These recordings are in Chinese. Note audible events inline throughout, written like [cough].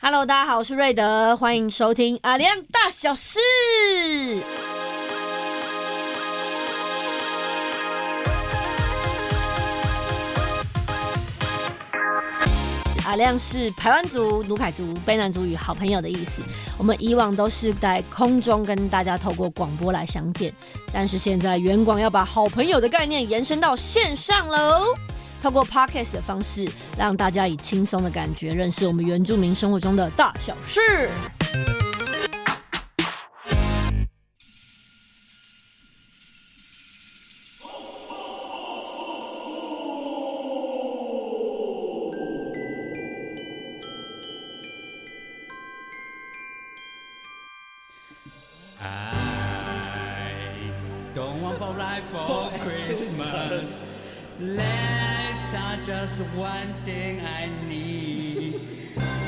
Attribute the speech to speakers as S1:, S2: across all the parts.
S1: Hello，大家好，我是瑞德，欢迎收听阿亮大小事。阿亮是排湾族、努凯族、卑南族与好朋友的意思。我们以往都是在空中跟大家透过广播来相见，但是现在远广要把好朋友的概念延伸到线上喽。透过 podcast 的方式，让大家以轻松的感觉认识我们原住民生活中的大小事。
S2: I don't want for life for Christmas. Let out just one thing I need.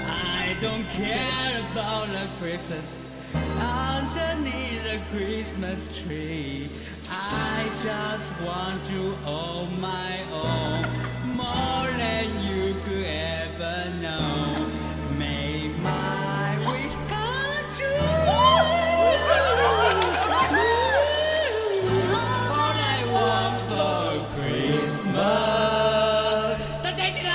S2: I don't care about the Christmas underneath the Christmas tree. I just want you all my own, more than you could ever know. May my wish come true. All I want for Christmas. 大家一起来！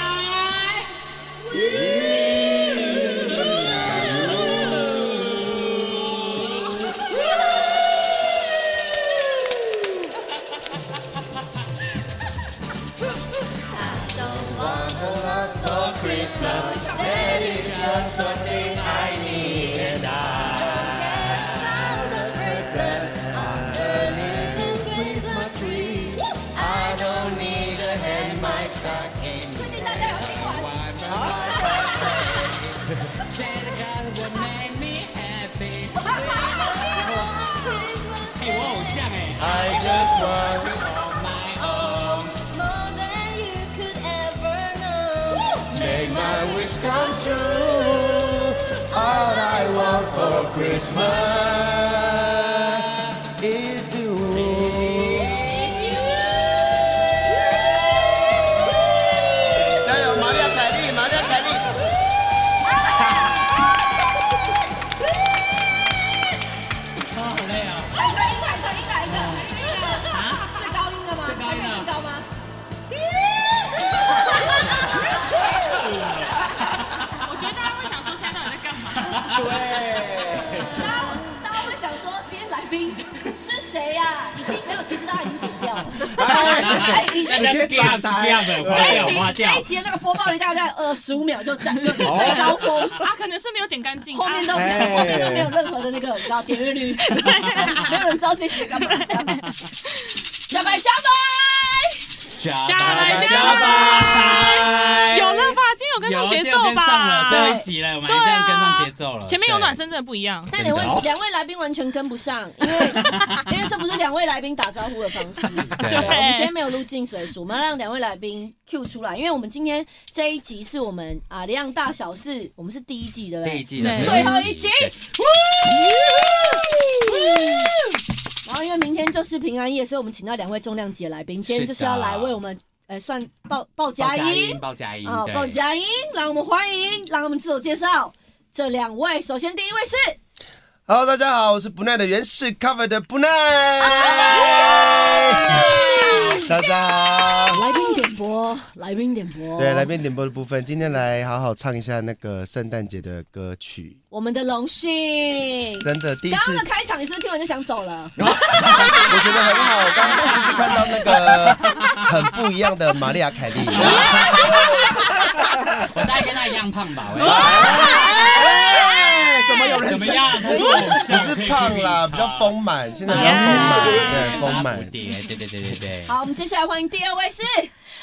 S2: Santa Claus will make me happy. hey, 我偶像哎、
S3: I just want
S2: On my own.
S3: make my wish come true. All I want for Christmas is you. 加油，玛利亚凯莉，玛利亚凯莉。
S2: 啊，好累啊！
S4: 我觉得大家会想说，现在到底在干嘛？
S3: 对，
S5: 是谁呀、已经没有，其实大家已经点掉
S2: [laughs]
S5: 了。
S3: 哎，
S5: 已
S2: 大
S5: 经
S2: 家
S3: 直接转台
S2: 掉的，划
S5: 这一
S2: 掉，
S5: 集
S2: 划
S5: 这
S2: 掉哦
S5: 一。集的那个播报率大概呃十五秒就
S2: [laughs]
S5: 占就最高峰，
S4: 啊，可能是没有剪干净，
S5: 后面都没
S2: 哎
S5: 有，后面都没有任何的那个，你知道点阅
S2: [laughs]
S5: 率，没有人知道这一集在干嘛。小白，小白，
S2: 加
S4: 来
S3: 拜
S4: 加
S3: 拜，
S4: 啊有了吧？今天有跟上节奏
S2: 跟上
S4: 吧
S2: 了？最后一集了，我们这样跟上节奏了。
S4: 前面有暖身真的不一样。
S5: 但两位两位来宾完全跟不
S2: [laughs]
S5: 上，因为因为这不是两位来宾打招呼的方式。
S2: 对
S5: 对，我们今天没有录进水鼠，我们要让两位来宾 Q 出来，因为我们今天这一集是我们啊量大小事，我们是第一季，对不
S2: 第
S5: 对
S2: 一？季的
S5: 最后一集
S2: 对。
S5: [laughs] 然后因为明天就是平安夜，所以我们请到两位重量级的来宾，今天就是要来为我们，呃，算报报佳
S2: 报佳
S5: 音
S2: 音，报佳音，
S5: 啊，
S2: 对
S5: 报佳音，让我们欢迎，让我们自我介绍这两位。首先第一位是
S3: Hello，大家好，我是不耐的原始 cover 的不耐。大家好。
S5: 来宾点播，来宾点播，
S3: 对，来，宾点播的部分，今天来好好唱一下那个圣诞节的歌曲，
S5: 我们的荣幸。
S3: 真的第一
S5: 刚
S3: 次
S5: 刚的，开场，你是不是听完就想走
S3: [laughs]
S5: 了？
S3: 我觉得很好。我刚刚就是看到那个很不一样的玛利亚凯莉，
S2: 我大概跟他一样胖吧，
S3: 哎怎么有
S2: 喂，
S3: 人
S2: 怎么样？他是
S3: 不是胖啦，比较丰满，现在比较丰满，对，丰
S2: 蝴
S3: 满。
S2: 蝶，对对对对对。
S5: 好，我们接下来欢迎第二位是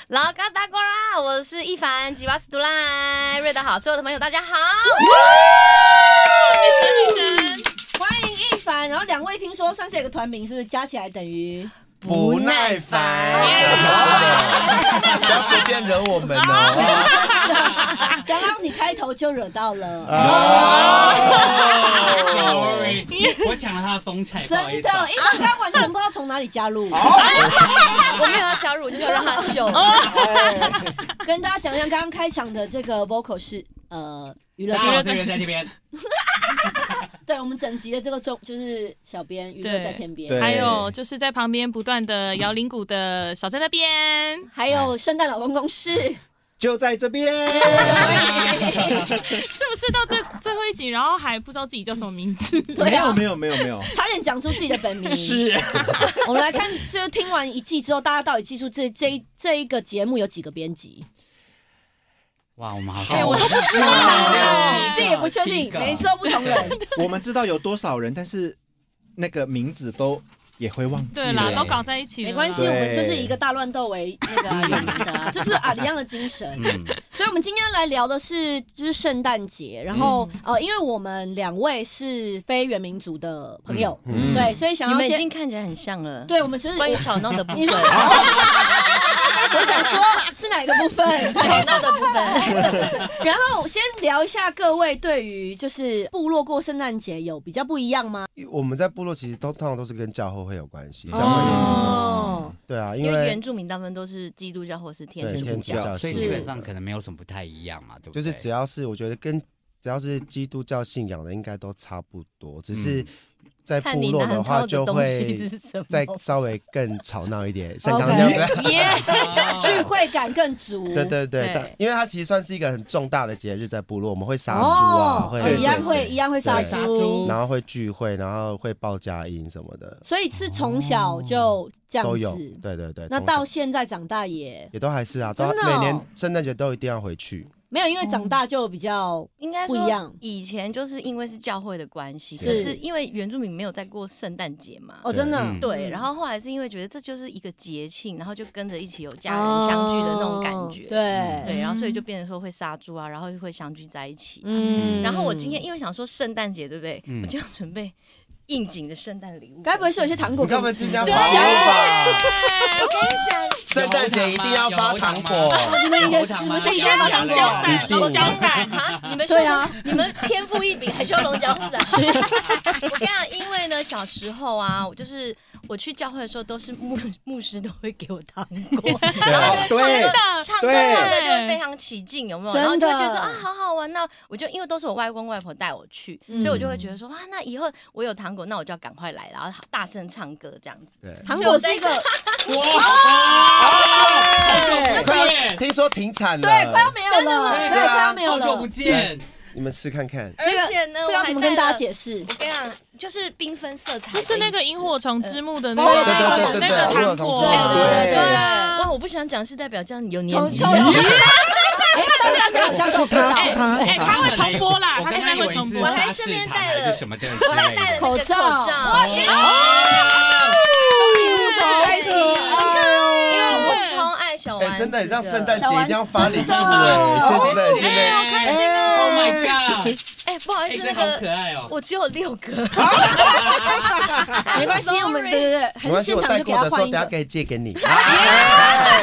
S6: 老嘎达哥啦，啊我是一凡吉瓦斯杜兰，瑞德好，所有的朋友大家好。
S5: 欢迎一凡，然后两位听说算是有个团名，是不是加起来等
S3: [laughs]
S5: 于？
S3: 不耐烦，不要随便惹我们哦。
S5: 刚刚你开头就惹到了，
S3: 啊哦
S2: Sorry，我抢了他的风采，不
S5: [laughs] 真
S2: 好意
S5: 的，
S2: 思啊。
S5: 一凡刚完全不知道从哪里加入。
S3: 哦
S5: [laughs]
S6: 我没有要加入，我就是要让他秀。
S5: 跟大家讲一下，刚刚开场的这个 vocal 是呃。
S7: 娱乐
S2: 大家
S7: 在
S2: 好，我是袁在这边。
S5: 对我们整集的这个中就是小编娱乐在天边，
S8: 对
S4: 还有就是在旁边不断的摇铃鼓的小在那边，
S5: 还
S3: 哎
S5: 有圣诞老公公是，
S3: [laughs]
S8: 就在这边。
S4: 是不是到最最后一集，然后还不知道自己叫什么名字？
S5: 对啊，
S3: 没有没有没有没有，
S5: [laughs] 差点讲出自己的本名。
S8: 是，
S5: 我们来看，就是听完一季之后，大家到底记住这这一这一个节目有几个编辑？
S2: 哇，我们好，
S4: 哎我都
S2: 不知道
S9: 啊
S5: 自己也不确定，每一次都不
S9: [laughs]
S5: 同人。
S3: 我们知道有多少人，但是那个名字都也会忘记。
S4: 对啦，都搞在一起了，
S5: 没关系，
S8: 对
S5: 我们就是以一个大乱斗为那个啊有名的啊，
S3: 嗯
S5: 这就是阿里样的精神。
S2: 嗯，
S5: 所以，我们今天来聊的是就是圣诞节，然后、
S3: 嗯
S5: 呃，因为我们两位是非原民族的朋友，
S8: 嗯
S5: 对，所以想
S9: 你
S5: 要
S9: 们已
S5: 先
S9: 经看起来很像了。，
S5: 对我们就是
S9: 关于吵闹的部
S5: [laughs] 你
S9: 分
S5: 说，，我想说是哪个部分？ [laughs]
S9: 吵闹的部分，
S5: 然后先聊一下各位对于就是部落过圣诞节有比较不一样吗？
S8: 我们在部落其实都通常都是跟教会会有关系，教会有
S5: 哦，
S8: 对啊，因
S9: 因为
S8: 为
S9: 原住民大部分都是基督教或是天
S8: 对
S9: 主
S8: 天
S9: 教。
S8: 主教
S2: 所以
S8: 是
S2: 基本上可能没有什么不太一样嘛，对不对？
S8: 就是只要是我觉得跟只要是基督教信仰的，应该都差不多，只
S3: 嗯
S8: 是在
S9: 看
S8: 部
S9: 你
S8: 落
S9: 拿
S8: 的
S9: 到
S8: 话
S9: 的
S8: 就
S9: 东西
S8: 会
S9: [laughs] 是什么？
S8: 再稍微更吵闹一点，像刚刚那
S3: [laughs]
S8: 样子。
S4: 耶，
S5: 聚会感更足。
S8: 对对对，
S9: 对
S8: 但因为它其实算是一个很重大的节日，在部落我们会杀猪啊，会
S5: 哦一样
S8: 对
S5: 会一样会杀
S8: 对
S2: 杀猪
S5: 猪，
S8: 然后会聚会，然后会报佳音什么的
S5: 所以是从小就这
S8: 都
S5: 样
S8: 有
S5: 子。。
S8: 对对对，
S5: 那
S8: 从小
S5: 到现在长大也
S8: 也都还是啊，都
S5: 真的哦
S8: 每年圣诞节都一定要
S5: [laughs]
S8: 回去。
S5: 没有，因为长大就比较
S9: 应该
S5: 不一样
S9: 说，以前就是因为是教会的关系，
S8: 是
S9: 可是因为原住民没有在过圣诞节嘛。
S5: 哦，真的
S2: 嗯
S9: 对，然后后来是因为觉得这就是一个节庆，然后就跟着一起有家人相聚的那种感觉。
S5: 哦对
S9: 对，嗯然后所以就变成说会杀猪啊，然后会相聚在一起。
S5: 嗯
S9: 然后我今天因为想说圣诞节，对不对？
S2: 嗯
S9: 我就要准备应景的圣诞礼物。
S5: 该不会是有些糖果
S8: 你
S5: 给啊
S8: 干
S5: 我
S8: 嘛
S5: 们？
S8: 今天发糖吧？
S9: 我跟你讲，
S8: 圣诞节一定要发糖果。
S5: 你们也
S2: 有
S5: 是
S2: 糖
S5: 你
S2: 吗
S5: 们是一定要
S2: 有
S5: 把糖
S2: 糖吗
S5: 交
S2: 有
S5: 散
S2: 糖。
S8: [laughs] 一定
S9: 龙角散哈，你们说
S5: 对啊
S9: 说，你们天赋异禀，还需要龙
S5: [laughs]
S9: 角散？我跟你讲，因为呢，小时候啊，我就是我去教会的时候，都是牧牧师都会给我糖
S5: [laughs]
S9: 果，
S8: 对对
S9: 唱歌
S8: 对
S9: 唱歌就会非常起劲，有没有？
S5: 真的
S9: 然后就会觉得说啊，好好玩哦。我就因为都是我外公外婆带我去，
S5: 嗯
S9: 所以我就会觉得说哇，那以后我有糖果，那我就要赶快来，然后大声唱歌这样子。
S8: 对。
S5: 糖果是一个
S8: 哎快要听说停产了，
S5: 对，快要没有了，对，
S8: 对啊
S5: 快要没有
S2: 好久
S5: 了
S2: 不。见，
S8: 你们试看看。
S9: 而且呢，
S5: 这
S9: 我
S5: 要
S9: 还
S5: 怎么
S9: 带
S5: 跟大家
S9: 了？
S5: 解释？
S9: 我跟你讲，就是缤纷色彩的，
S4: 就是那个萤火虫之墓的那
S8: 哦
S4: 个
S8: 对对对
S4: 那
S8: 对对
S4: 个糖
S8: 萤火虫
S4: 果
S8: 之墓
S4: 啊，
S8: 对对
S9: 哇，我不想讲是代表这样有年
S5: 从
S9: 纪
S5: 秋。老师，哎，大家好像都知道，
S4: 他哎，他会重播啦，
S2: 我
S4: 他
S2: 刚
S4: 现在
S2: 刚以
S4: 会
S2: 为
S4: 重
S2: 是
S4: 播
S9: 我。还
S2: 沙
S9: 顺
S2: 士
S9: 便
S2: 糖
S9: 带
S2: 还
S9: 了
S2: 是什么的之哦
S9: 我还
S2: 类
S9: 带了那
S2: 的。
S9: 个口
S5: 口罩
S9: 罩，
S5: 礼物就是开心
S8: 可爱
S9: 因
S8: 哦！
S9: 为我超爱小丸
S8: 哎，
S9: 子，
S8: 真的很像圣诞节
S5: 小
S8: 一
S5: 丸
S8: 定
S5: 子
S8: 要发礼物
S5: 真的哦
S2: 哎，好开
S8: 哎，现在现在
S2: 心哦！Oh my god！
S9: 哎，不好意
S2: 哎，
S9: 思，
S2: 这
S9: 那
S2: 好可
S9: 个
S2: 爱哦。
S9: 我只有六个，
S5: 没关系，我们对对对，还
S8: [laughs] 没
S5: 是
S8: 关系，
S5: 现
S8: 我
S5: 场
S8: 带
S5: 就给
S8: 过的
S5: 他
S8: 时候
S5: 换
S8: 等
S5: 一
S8: 下
S5: 个。
S8: 可以借
S5: [laughs]
S8: 给你。哎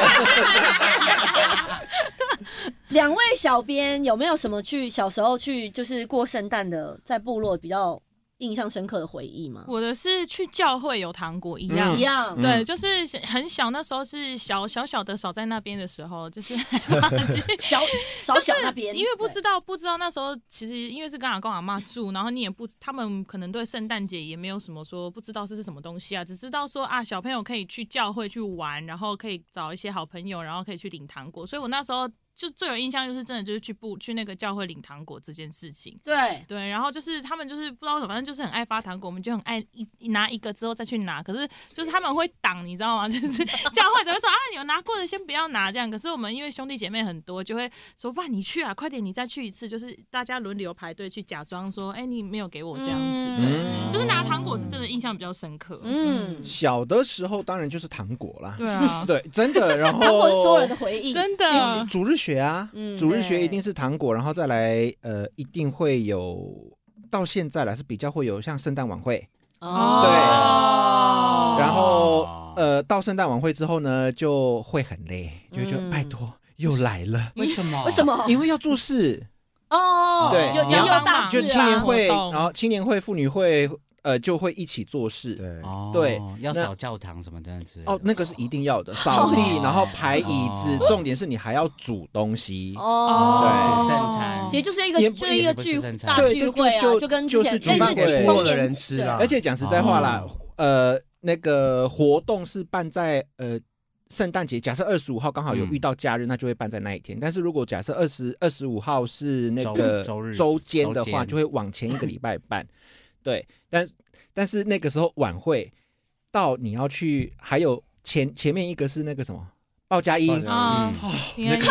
S5: 两位小编有没有什么去小时候去就是过圣诞的，在部落比较印象深刻的回忆吗？
S4: 我的是去教会有糖果一样
S3: 嗯
S5: 一。样，
S4: 对，就是很小，那时候是小小小的少在那边的时
S5: [laughs]
S4: 候，就是 [laughs]
S5: 小小小那边，
S4: 因为不知道不知道那时候其实因为是跟阿公阿妈住，然后你也不他们可能对圣诞节也没有什么说不知道这是什么东西啊，只知道说啊小朋友可以去教会去玩，然后可以找一些好朋友，然后可以去领糖果，所以我那时候就最有印象就是真的就是去不去那个教会领糖果这件事情。
S5: 对对
S4: 对，然后就是他们就是不知道为什么，反正就是很爱发糖果，我们就很爱一一拿一个之后再去拿。可是就是他们会挡，你知道吗？就是教会的会说啊，有拿过的先不要拿这样。可是我们因为兄弟姐妹很多，就会说不然你去啊，快点你再去一次，就是大家轮流排队去假装说，哎，你没有给我这样子。
S3: 嗯
S4: 对，就是拿糖果是真的印象比较深刻。
S5: 嗯，
S3: 小的时候当然就是糖果啦，
S4: 对啊，
S3: 对，真的。然后
S5: 糖果是所有人的回忆，
S4: 真的。
S3: 主日学啊，
S5: 嗯
S3: 主日学
S9: 对
S3: 一定是糖果，然后再来呃，一定会有。到现在来是比较会有像圣诞晚会，
S5: 哦
S3: 然后呃，到圣诞晚会之后呢，就会很累，就会觉得、
S5: 嗯
S3: 拜托又来
S5: [laughs]
S3: 了，
S2: 为什么？
S5: 为什？么？
S3: 因为要做事，
S5: 哦，
S3: 对
S5: 有
S3: 你
S5: 这
S3: 要
S5: 有大
S3: 就
S5: 事
S3: 青年
S5: 啊，
S3: 会，
S4: 活动
S3: 然后青年会、妇女会、呃就会一起做事。
S8: 对，
S2: 哦
S3: 对，
S2: 要
S3: 那
S2: 扫教堂什么的之类的
S3: 哦，那个是一定要的，扫地，然后排椅子，
S2: 哦
S3: 重点是你还要煮东西。
S2: 哦
S5: 哦，
S2: 煮剩餐
S5: 其实就是一个
S3: 也不
S5: 就是一个聚
S2: 也不是正常
S5: 大聚会啊，
S3: 对就就
S5: 跟之
S3: 就是
S5: 前类
S3: 煮饭
S5: 似
S3: 给
S5: 庆
S3: 部
S5: 功
S8: 落的
S5: 宴
S8: 人吃
S5: 对
S8: 啦
S3: 而且讲实在话啦，呃，那个活动是办在呃圣诞节，假设二十五号刚好有
S2: 嗯
S3: 遇到假日，那就会办在那一天。但是如果假设二十二十五号是那
S2: 周
S3: 个
S2: 周日
S3: 周间的
S2: 周
S3: 话，
S2: 间
S3: 就会往前一个礼拜办。对，但但是那个时候晚会到你要去，还有前前面一个是那个什么鲍家
S8: 鲍
S3: 英
S8: 家，
S4: 啊，应该有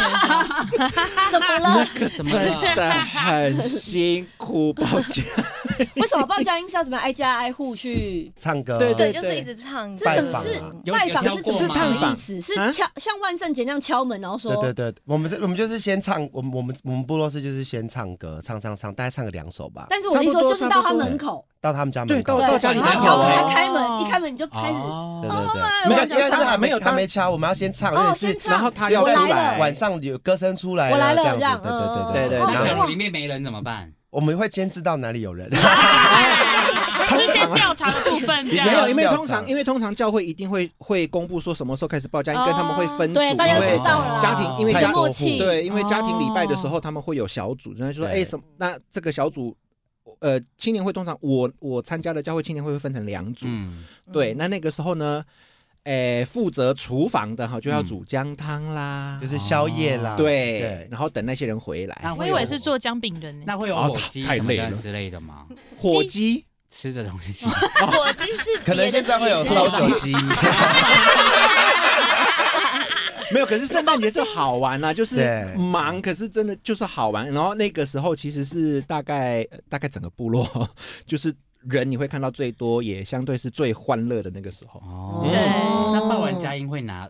S5: 怎么
S3: 那
S5: 了？
S3: 个
S2: 怎么了
S3: 真的很辛苦，鲍家。
S5: 为什么报佳音是要怎么样挨家挨户去？
S8: 唱歌，
S3: 对
S9: 对，
S3: 对
S9: 就是一直唱，
S5: 这
S8: 拜
S5: 怎么
S8: 访
S5: 是
S8: 啊
S2: 有
S5: 拜访
S2: 有
S5: 是
S2: 跳过
S5: 怎么什
S3: 吗是
S5: 么
S3: 探
S5: 意思？是
S3: 啊
S5: 敲像万圣节那样敲门，然后说
S8: 对对对，我们这我们就是先唱，我们我们我们部落是就是先唱歌，唱唱唱，大概唱个两首吧，
S5: 但是我的意思
S3: 差不
S5: 说，
S3: 多
S5: 就是到他
S3: 差不多
S5: 门口，
S8: 到他们家门口。
S3: 对
S5: 对
S3: 到家里
S5: 然后
S3: 门
S5: 敲
S3: 口
S5: 门，
S3: 哎
S5: 他开门，
S4: 哦
S5: 一开门你就开始。
S2: 哦
S8: 对，对对，
S5: 我
S8: 没有，
S5: 想
S8: 应该
S5: 唱
S8: 是还没有
S3: 我想唱
S8: 还没敲，我们要先唱，有
S5: 哦，
S8: 点
S5: 先
S8: 是
S5: 唱，
S3: 然后他要
S5: 我
S3: 出
S5: 来了
S3: 来
S8: 晚上有歌声出来，
S5: 我来了
S8: 这
S5: 这样
S8: 样子，
S5: 嗯
S8: 对对
S3: 嗯嗯嗯
S8: 对对对
S2: 哦那
S8: 对。
S2: 假
S8: 然后
S2: 如里面没人怎么办？
S8: 我们会监知到哪里有人，
S4: 事先调查的部分这样
S3: 没
S8: 没。
S3: 有，
S8: 有
S3: 因为
S8: 料
S3: 通常
S8: 场
S3: 因为通常教会一定会会公布说什么时候开始报价，跟他们会分组，
S5: 哦对，大家
S3: 因
S5: 都知
S3: 为
S5: 道了啦，
S3: 家庭因为
S5: 有
S3: 家
S5: 默
S8: 多户
S5: 契，
S3: 对，因为家庭礼拜的时候他们会有小组，然后说
S8: 对
S3: 哎什么，那这个小组，呃，青年会通常我我参加的教会青年会会分成两组，
S2: 嗯，
S3: 对，那那个时候呢，哎，负责厨房的哈就要煮姜汤啦
S8: 就，是啊宵夜啦，
S3: 哦对，然后等那些人回来，
S2: 那
S4: 我
S2: 会
S4: 以
S2: 有
S4: 为是做姜饼人呢，
S2: 那会有
S3: 哦
S2: 火
S3: 太
S2: 鸡
S3: 太
S2: 什么
S3: 累
S8: 啊
S2: 的
S3: 了
S2: 之类的吗？
S3: 火鸡
S2: 吃的东西，
S8: 嗯
S9: 火鸡是
S8: 可能现在会有烧酒鸡，
S3: 没有，可是圣诞节是好玩啦，就是
S8: 对
S3: 忙，可是真的就是好玩。然后那个时候其实是大概呃大概整个部落 [laughs] 就是人你会看到最多，也相对是最欢乐的那个时候。
S2: 哦，
S9: 对
S2: 那报完佳音会拿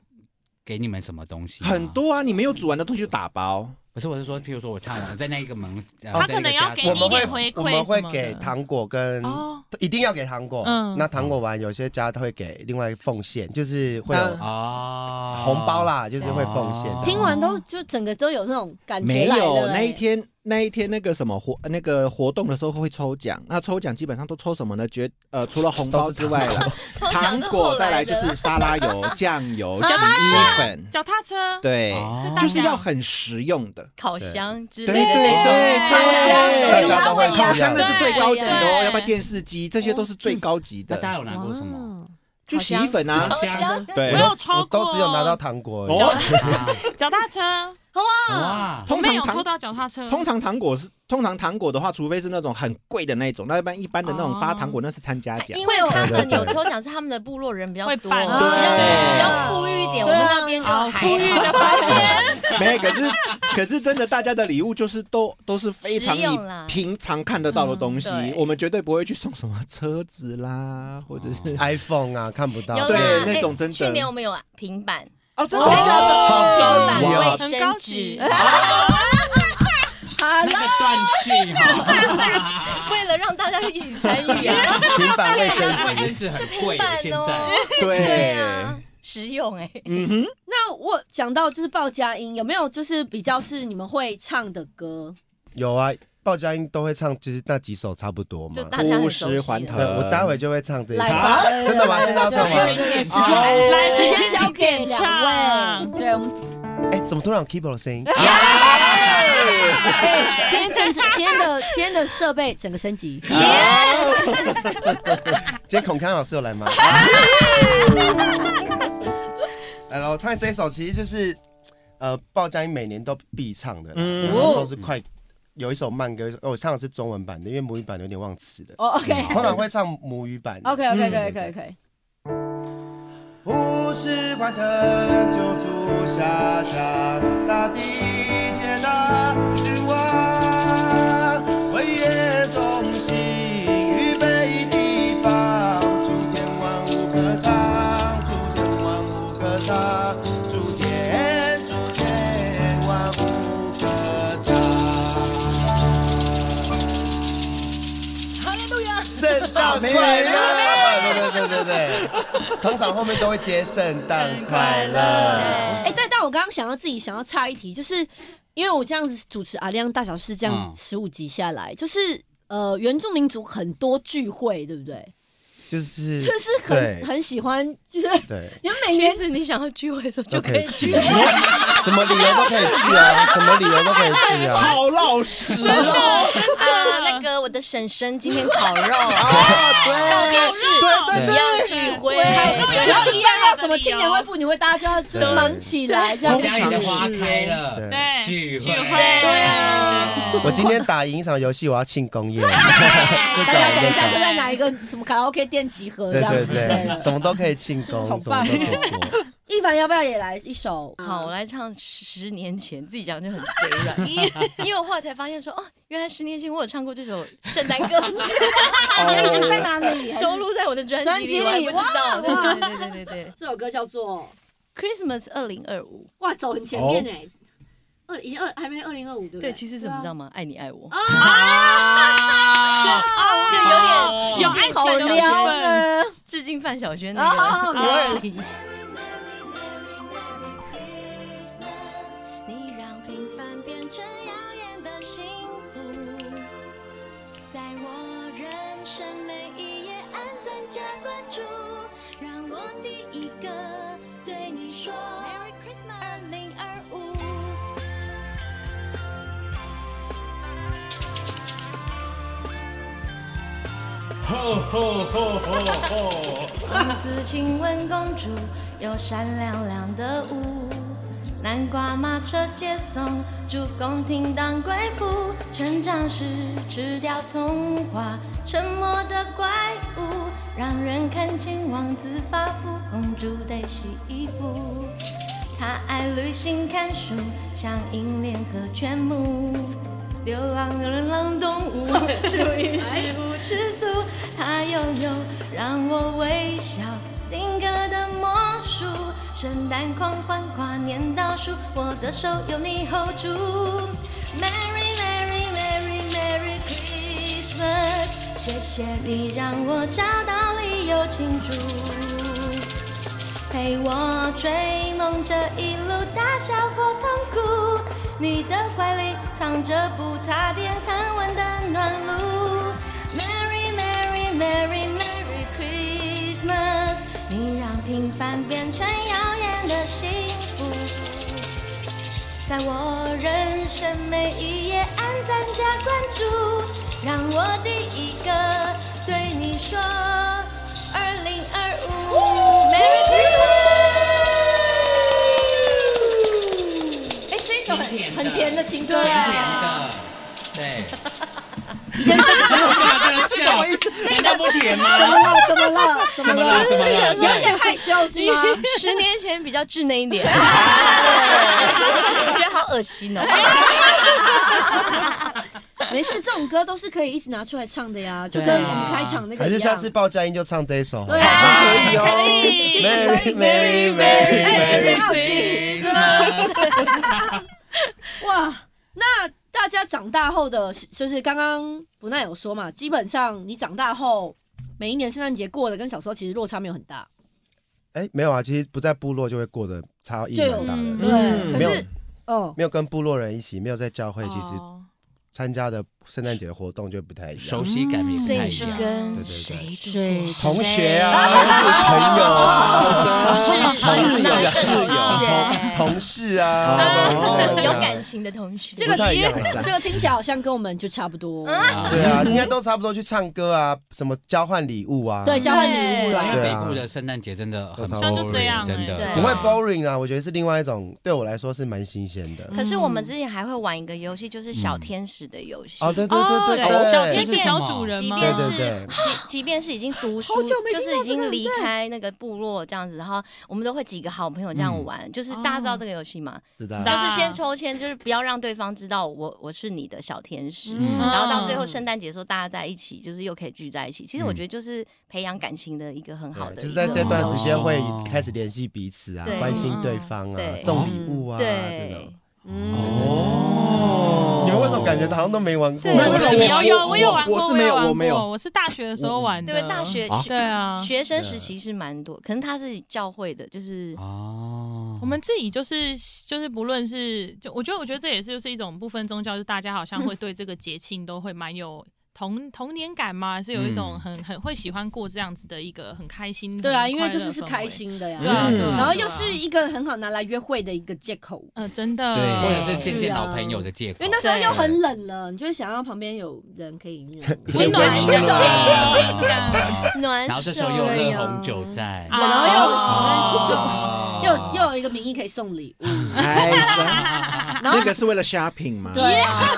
S2: 给你们什么东西吗？
S3: 很多啊，你没有煮完的东西就打包，
S2: 不是，我是说，譬如说我唱完在那一个门，呃
S4: 他
S2: 在那
S4: 可能
S2: 个
S4: 要
S2: 家
S4: 给
S2: 庭
S8: 我
S4: 你一
S8: 们
S4: 点
S8: 会
S4: 回
S8: 我
S4: 馈
S8: 们
S4: 什
S8: 会
S4: 么
S8: 给
S4: 的。
S8: 糖果跟
S4: 哦，
S8: 一定要给糖果。
S4: 嗯
S8: 那糖果完，有些家他会给另外奉献，就是会有
S3: 嗯
S2: 哦
S8: 红包，啦，就是会奉献。
S2: 哦
S8: 这
S5: 听
S8: 样
S5: 完都就整个都有那种感觉
S3: 没
S5: 来
S3: 有
S5: 了欸
S3: 那一天那一天那个什么活那个活动的时候会抽奖，那抽奖基本上都抽什么呢？绝呃除了红包之外
S8: 都是
S3: 啦，糖
S9: 糖
S3: 果再来就是沙
S5: [laughs]
S3: 拉油、酱油、洗衣粉，
S4: 脚踏车，
S3: 对，
S2: 哦
S3: 就是要很实用的。
S9: 烤箱之
S3: 对
S9: 类
S3: 对
S9: 的。
S3: 对
S5: 烤箱
S3: 对，
S5: 有
S8: 大家都会
S3: 烤箱
S8: 需
S3: 那
S8: 要
S3: 是最高级的哦，
S4: 对
S3: 要不然电视机这些都是最高级
S2: 那大家有
S3: 的，
S2: 拿过什么？
S5: 哇
S3: 就洗衣粉啊，
S9: 烤箱
S3: 对
S4: 我有抽
S8: 我
S4: 过，
S8: 都只有拿到糖果而已。
S3: 哦
S4: 脚踏车，
S2: 啊哇，
S4: 我
S3: 通
S4: 没
S3: 常
S4: 有抽
S3: 糖
S4: 到脚踏车，
S3: 通常糖果是通常糖果的话，除非是那种很贵的那一种，那一般一般的那种发
S9: 哦
S3: 糖果那是参加奖。
S9: 因为他们有抽奖，是他们的部落人比较多，
S4: 会办
S9: 比较比较富裕一点。我
S5: 对啊
S9: 们那边就还好
S4: 富裕的房间，
S3: 没有，可是可是真的，大家的礼物就是都都是非常
S9: 实
S3: 你
S9: 用啦
S3: 平常看得到的东西
S9: 嗯，对
S3: 我们绝对不会去送什么车子啦，或者
S9: 哦
S3: 是
S8: iPhone 啊，看不到。
S9: 有啦
S3: 对
S9: 哎
S3: 那种真的
S9: 去年我们有平板，
S3: 哦，真的假的？
S8: 好高级
S9: 平板
S3: 啊
S8: 哦！
S9: 卫
S4: 很
S9: 生
S4: 高
S9: 纸
S4: 级，
S2: 那个断句哈，
S9: 为了让大家一起参与啊，
S8: 平板卫生
S2: 卫 [laughs]
S8: 纸，
S2: 生纸很贵耶
S9: 办，
S2: 现在
S9: 哦，对
S3: 对，
S9: 啊，实用哎，
S3: 嗯哼，
S5: 那我讲到就是报佳音，有没有就是比较是你们会唱的歌？
S8: 有啊，鲍家英都会唱，就是那几首差不多嘛
S9: 就。大家
S3: 五
S9: 很熟
S3: 十
S9: 悉啊
S3: 环头
S9: 了。
S8: 对，我待会就会唱这一首
S5: 来吧，。
S8: 真的吗？现在要唱
S5: 对
S8: 吗？
S5: 对对
S2: 时
S5: 对
S2: 间
S4: 来
S5: 时间交给两位，对，我们
S8: 哎，怎么突然有 keyboard 的声音？
S5: 哎，今天整今天的今天的设备整个升级。
S8: 今天孔康老师有来吗？来了，我唱这一首其实就是呃鲍佳音每年都必唱的啦，
S3: 嗯
S8: 然后都是快有一首慢歌，有一首哦我唱的是中文版的，因为母语版的有点忘词了。
S5: 哦，OK
S8: 通常会唱母语版的。
S5: OK OK
S8: 嗯
S5: OK OK OK，
S8: 五十块藤就住下家，大地接纳君王，为乐中心预备地方，诸天万物歌唱，诸天万物歌唱，诸天诸天万物歌唱。圣诞快乐！对对对对对，通常后面都会接圣诞快乐。
S5: 哎，但但我刚刚想到自己想要插一题，就是因为我这样子主持阿亮大小事这样
S2: 嗯
S5: 子十五集下来，就是呃原住民族很多聚会，对不对？
S8: 就是
S5: 就是
S8: 对
S5: 很很喜欢，就是
S8: 对，
S5: 你们
S9: 哎
S5: 每
S6: 其
S5: 年
S6: 实你想要聚会的时候
S8: 都
S6: 就可以
S8: 去，
S6: 去。
S8: 什么什么理由都可以去
S5: [laughs]
S8: 啊，什么理由都可以去啊。
S3: 好老实
S6: [laughs]
S3: 哦，
S6: 啊，那个我的婶婶今天烤肉，
S8: 啊，对，
S6: 对对要聚会，
S4: 对
S5: 然后一样要什么
S4: 对
S5: 青年会、妇女会，大家就
S8: 对
S5: 忙起来这样
S3: 通
S5: 子
S2: 家里的
S3: 常
S2: 花
S3: 是
S2: 开了，
S8: 对
S4: 对，
S2: 聚
S4: 聚
S2: 会
S4: 会，
S5: 对啊
S8: 我今天打赢一场游戏，我要庆功宴。 [laughs]
S4: 对
S5: 大家等一下
S8: 对
S5: 就在哪一个什么卡拉 OK 店集合这
S8: 对
S5: 样子
S8: 对
S5: 之类
S8: 对，
S5: 的。
S8: 什么都可以庆
S5: 好
S8: 功，什么
S5: 棒
S8: 都可以做。
S5: [laughs] 一凡要不要也来一首？
S6: 好，我来唱十年前，自己讲就很嘴软， [laughs] 因为我后来才发现说，哦，原来十年前我有唱过这首圣诞歌曲，
S5: 你的在哪里？
S6: 收录在我的专
S5: 专
S6: 辑
S5: 辑
S6: 里，我还
S5: 里
S6: 不
S5: 哇
S6: 知道。
S5: 哇
S6: 对对对对对
S5: [laughs] 这首歌叫做
S6: 对，Christmas 二零二五，
S5: 哇，走很前
S8: 哦
S5: 面哎，二已经二还没二零二五对不哦
S6: 对，其实怎么知道
S5: 吗？
S6: 吗？爱你爱我，
S4: 啊，
S6: 就有点
S5: 有
S6: 致敬
S5: 好
S6: 范
S5: 撩
S6: 晓萱，
S5: 呢。
S6: 致敬范晓萱那个
S5: 哦
S6: 五二零。
S9: 你让平凡变成耀眼的幸福，在我人生每一页按赞加关注，让我第一个对你说 Merry Christmas 二零二五。
S6: 王子，请问公主有闪亮亮的屋，南瓜马车接送，主公厅当贵妇，成长时吃掉童话，沉默的怪物，让人看清王子发福，公主得洗衣服。他爱旅行、看书，像英联合全牧。流浪的流浪动物，属于食物吃素。他拥有让我微笑、定格的魔术。圣诞狂欢、跨年倒数，我的手有你 hold 住。Merry Merry Merry Merry Christmas，谢谢你让我找到理由庆祝。陪我追梦这一路大笑或痛苦，你的怀里藏着不擦点常温的暖炉。Merry Merry Merry Merry Christmas，你让平凡变成耀眼的幸福。在我人生每一页按赞加关注，让我第一个对你说，二零二五，Merry Christmas！
S5: 哎，是一首很
S2: 甜的
S5: 很甜的情歌
S2: 甜甜
S5: 哎。
S2: 的，对。
S5: 以前是
S2: 干嘛这样笑？难道不甜
S5: 怎
S2: 吗？
S5: 么了？怎么了？怎么
S2: 怎么
S5: 了
S2: 了？？怎么了？
S5: 有点
S2: 对，
S5: 害羞是吗？
S6: 十年前比较稚嫩一 [laughs] 点，觉得好恶心 [laughs] 哦。
S5: [laughs] 没事，这种歌都是可以一直拿出来唱的呀，就跟我们开场那个
S8: 啊还
S5: 一
S8: 是
S5: 样。
S8: 下次报佳音就唱这一首好
S5: 对
S8: 了。
S5: 啊，
S3: 可以哦。
S4: 对
S8: Merry Merry Merry
S5: 哎，其实
S8: Merry，
S5: 好奇哇，那大家长大后的，就是刚刚不奈有说嘛，基本上你长大后，每一年圣诞节过的跟小时候其实落差没有很大，
S8: 哎，没有啊，其实不在部落就会过得差异蛮大
S4: 就有
S8: 的，
S5: 对。
S3: 嗯
S5: 可
S8: 没有
S5: 是，
S8: [laughs]
S5: 哦，
S8: 没有跟部落人一起，没有在教会，其实
S4: 哦
S8: 参加的圣诞节的活动就不太一样
S2: 熟。悉感也不太一样。
S8: 对
S6: 跟
S8: 对对，
S5: 对，
S8: 同学啊，朋友啊，
S3: 是
S8: 同事
S3: 是
S8: 啊，
S3: 是
S8: 室友、
S6: 是
S8: 同事啊，
S3: 哦
S6: 有感情的同学
S5: 这，
S8: 不
S5: 个
S8: 太一样。
S5: 这个听起来好像跟我们就差不多，
S2: 啊
S8: 对啊，应该都差不多去唱歌啊，什么交换礼物啊，
S5: 对，交换礼物
S2: 因
S5: 啦
S2: 为
S8: 对，
S2: 北部的圣诞节真的很
S8: 好
S2: boring，
S8: 像
S4: 就这样
S2: 真的
S6: 哎
S8: 不会
S6: 对
S8: boring 啊，我觉得是另外一种，对我来说是蛮新鲜
S9: 嗯
S8: 的。
S6: 可是我们之前还会玩一个游戏，就是小天使的游戏。
S8: 哦，对对
S4: 哦，
S8: 对
S4: 对，小天
S8: 对
S4: 使
S2: 对
S4: 小主人
S6: 即
S4: 吗？
S6: 便
S8: 对
S6: 是
S8: 对对
S6: 即即便是已经读书，就是已经离开那个部落这样子，然后我们都会几个好朋友这样玩，就是大家知道这个游戏吗？
S8: 知道
S4: 知
S6: 就
S4: 道
S6: 是先抽签，就是不要让对方知道我我是你的小天使，
S2: 嗯
S6: 然后到最后圣诞节的时候大家在一起，就是又可以聚在一起。其实我觉得就是培养感情的一个很好的一个，
S8: 嗯对就是在这段时间会
S2: 哦
S8: 开始联系彼此啊
S6: 对，
S8: 关心对方啊，
S6: 对
S8: 送礼物啊，这
S6: 对
S8: 种。。
S3: 哦
S8: 你们为什么感觉好像都没玩过？
S6: 对
S3: 那个我
S4: 有有，我有玩过，
S3: 我是没有
S4: 玩过
S3: 我没有
S4: 我是大学的时候玩的，
S6: 对，大学
S3: 啊
S4: 对啊，
S6: 学生时期是蛮多，可能他是教会的，就是
S2: 哦，
S4: 我们自己就是就是不论是就我觉得我觉得这也是就是一种部分宗教，就是大家好像会对这个节庆都会蛮有。童童年感嘛，是有一
S2: 嗯
S4: 种很很会喜欢过这样子的一个很开心。
S5: 对啊，
S4: 很
S5: 因
S4: 快
S5: 为
S4: 乐
S5: 就是是
S4: 氛围
S5: 开。心的呀。
S4: 对啊，
S3: 嗯
S4: 对啊。
S5: 然后
S4: 对
S5: 又
S4: 啊
S5: 是一个很好拿来约会的一个借口，
S4: 嗯，真的，
S3: 对
S2: 或者是见
S5: 是
S2: 见
S5: 啊
S2: 老朋友的借口
S5: 因为。那时候
S4: 对
S5: 又很冷了，你就是想要旁边有人可以那种
S3: 温暖一下
S4: 这样
S9: 暖
S2: 然后这时候又喝红酒在，
S5: 啊然后又啊
S2: 哦
S5: 又有又有一个名义可以送礼物，
S3: 哎，是
S5: 然后
S3: 那个是为了 shopping 吗？
S5: 对啊，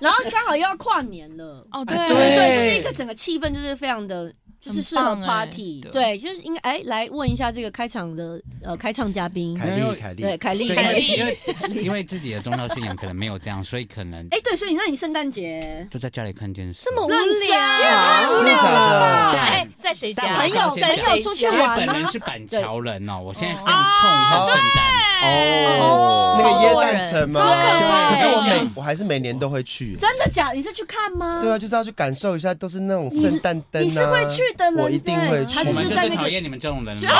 S5: [laughs] 然后刚好又要跨年了，
S4: 哦，
S5: 对
S3: 对
S4: 对，
S5: 对，就是一个整个气氛就是非常的。就是适合
S4: 很棒哎
S5: party，
S2: 欸
S4: 对
S5: 对，就是应该哎，来问一下这个开场的呃开唱嘉宾，
S3: 凯
S2: 没有
S3: 莉，凯莉，
S5: 对，凯莉，
S2: 对，
S5: 凯莉，
S2: 因为因为因为自己的宗教信仰可能没有这样，所以可能
S5: 哎，对，所以那你圣诞节
S2: 就在家里看电视。
S9: 这么无
S5: 认真
S9: 聊，
S3: 真的假的？
S9: 哎，在谁家？
S5: 朋友
S2: 在
S5: 朋
S2: 谁
S5: 友出去
S2: 因为
S5: 玩
S2: 本人
S5: 吗？
S2: 是板桥人哦，我现在很痛恨圣诞，
S3: 哦，
S9: 对
S3: 这
S8: 那
S3: 个
S8: 个椰蛋城吗？
S5: 对
S8: 可是我每我还是每年都会去。
S5: 真的假？你是去看吗？
S8: 对啊，就是要去感受一下，都是那种圣诞灯
S5: 嗯
S8: 啊。
S5: 你是会去的人，
S8: 我一定会
S5: 对
S8: 去
S5: 他
S2: 我
S5: 就
S2: 们
S5: 是
S2: 就
S5: 在
S2: 是
S5: 那
S2: 讨
S5: 个
S2: 厌你们这种人了。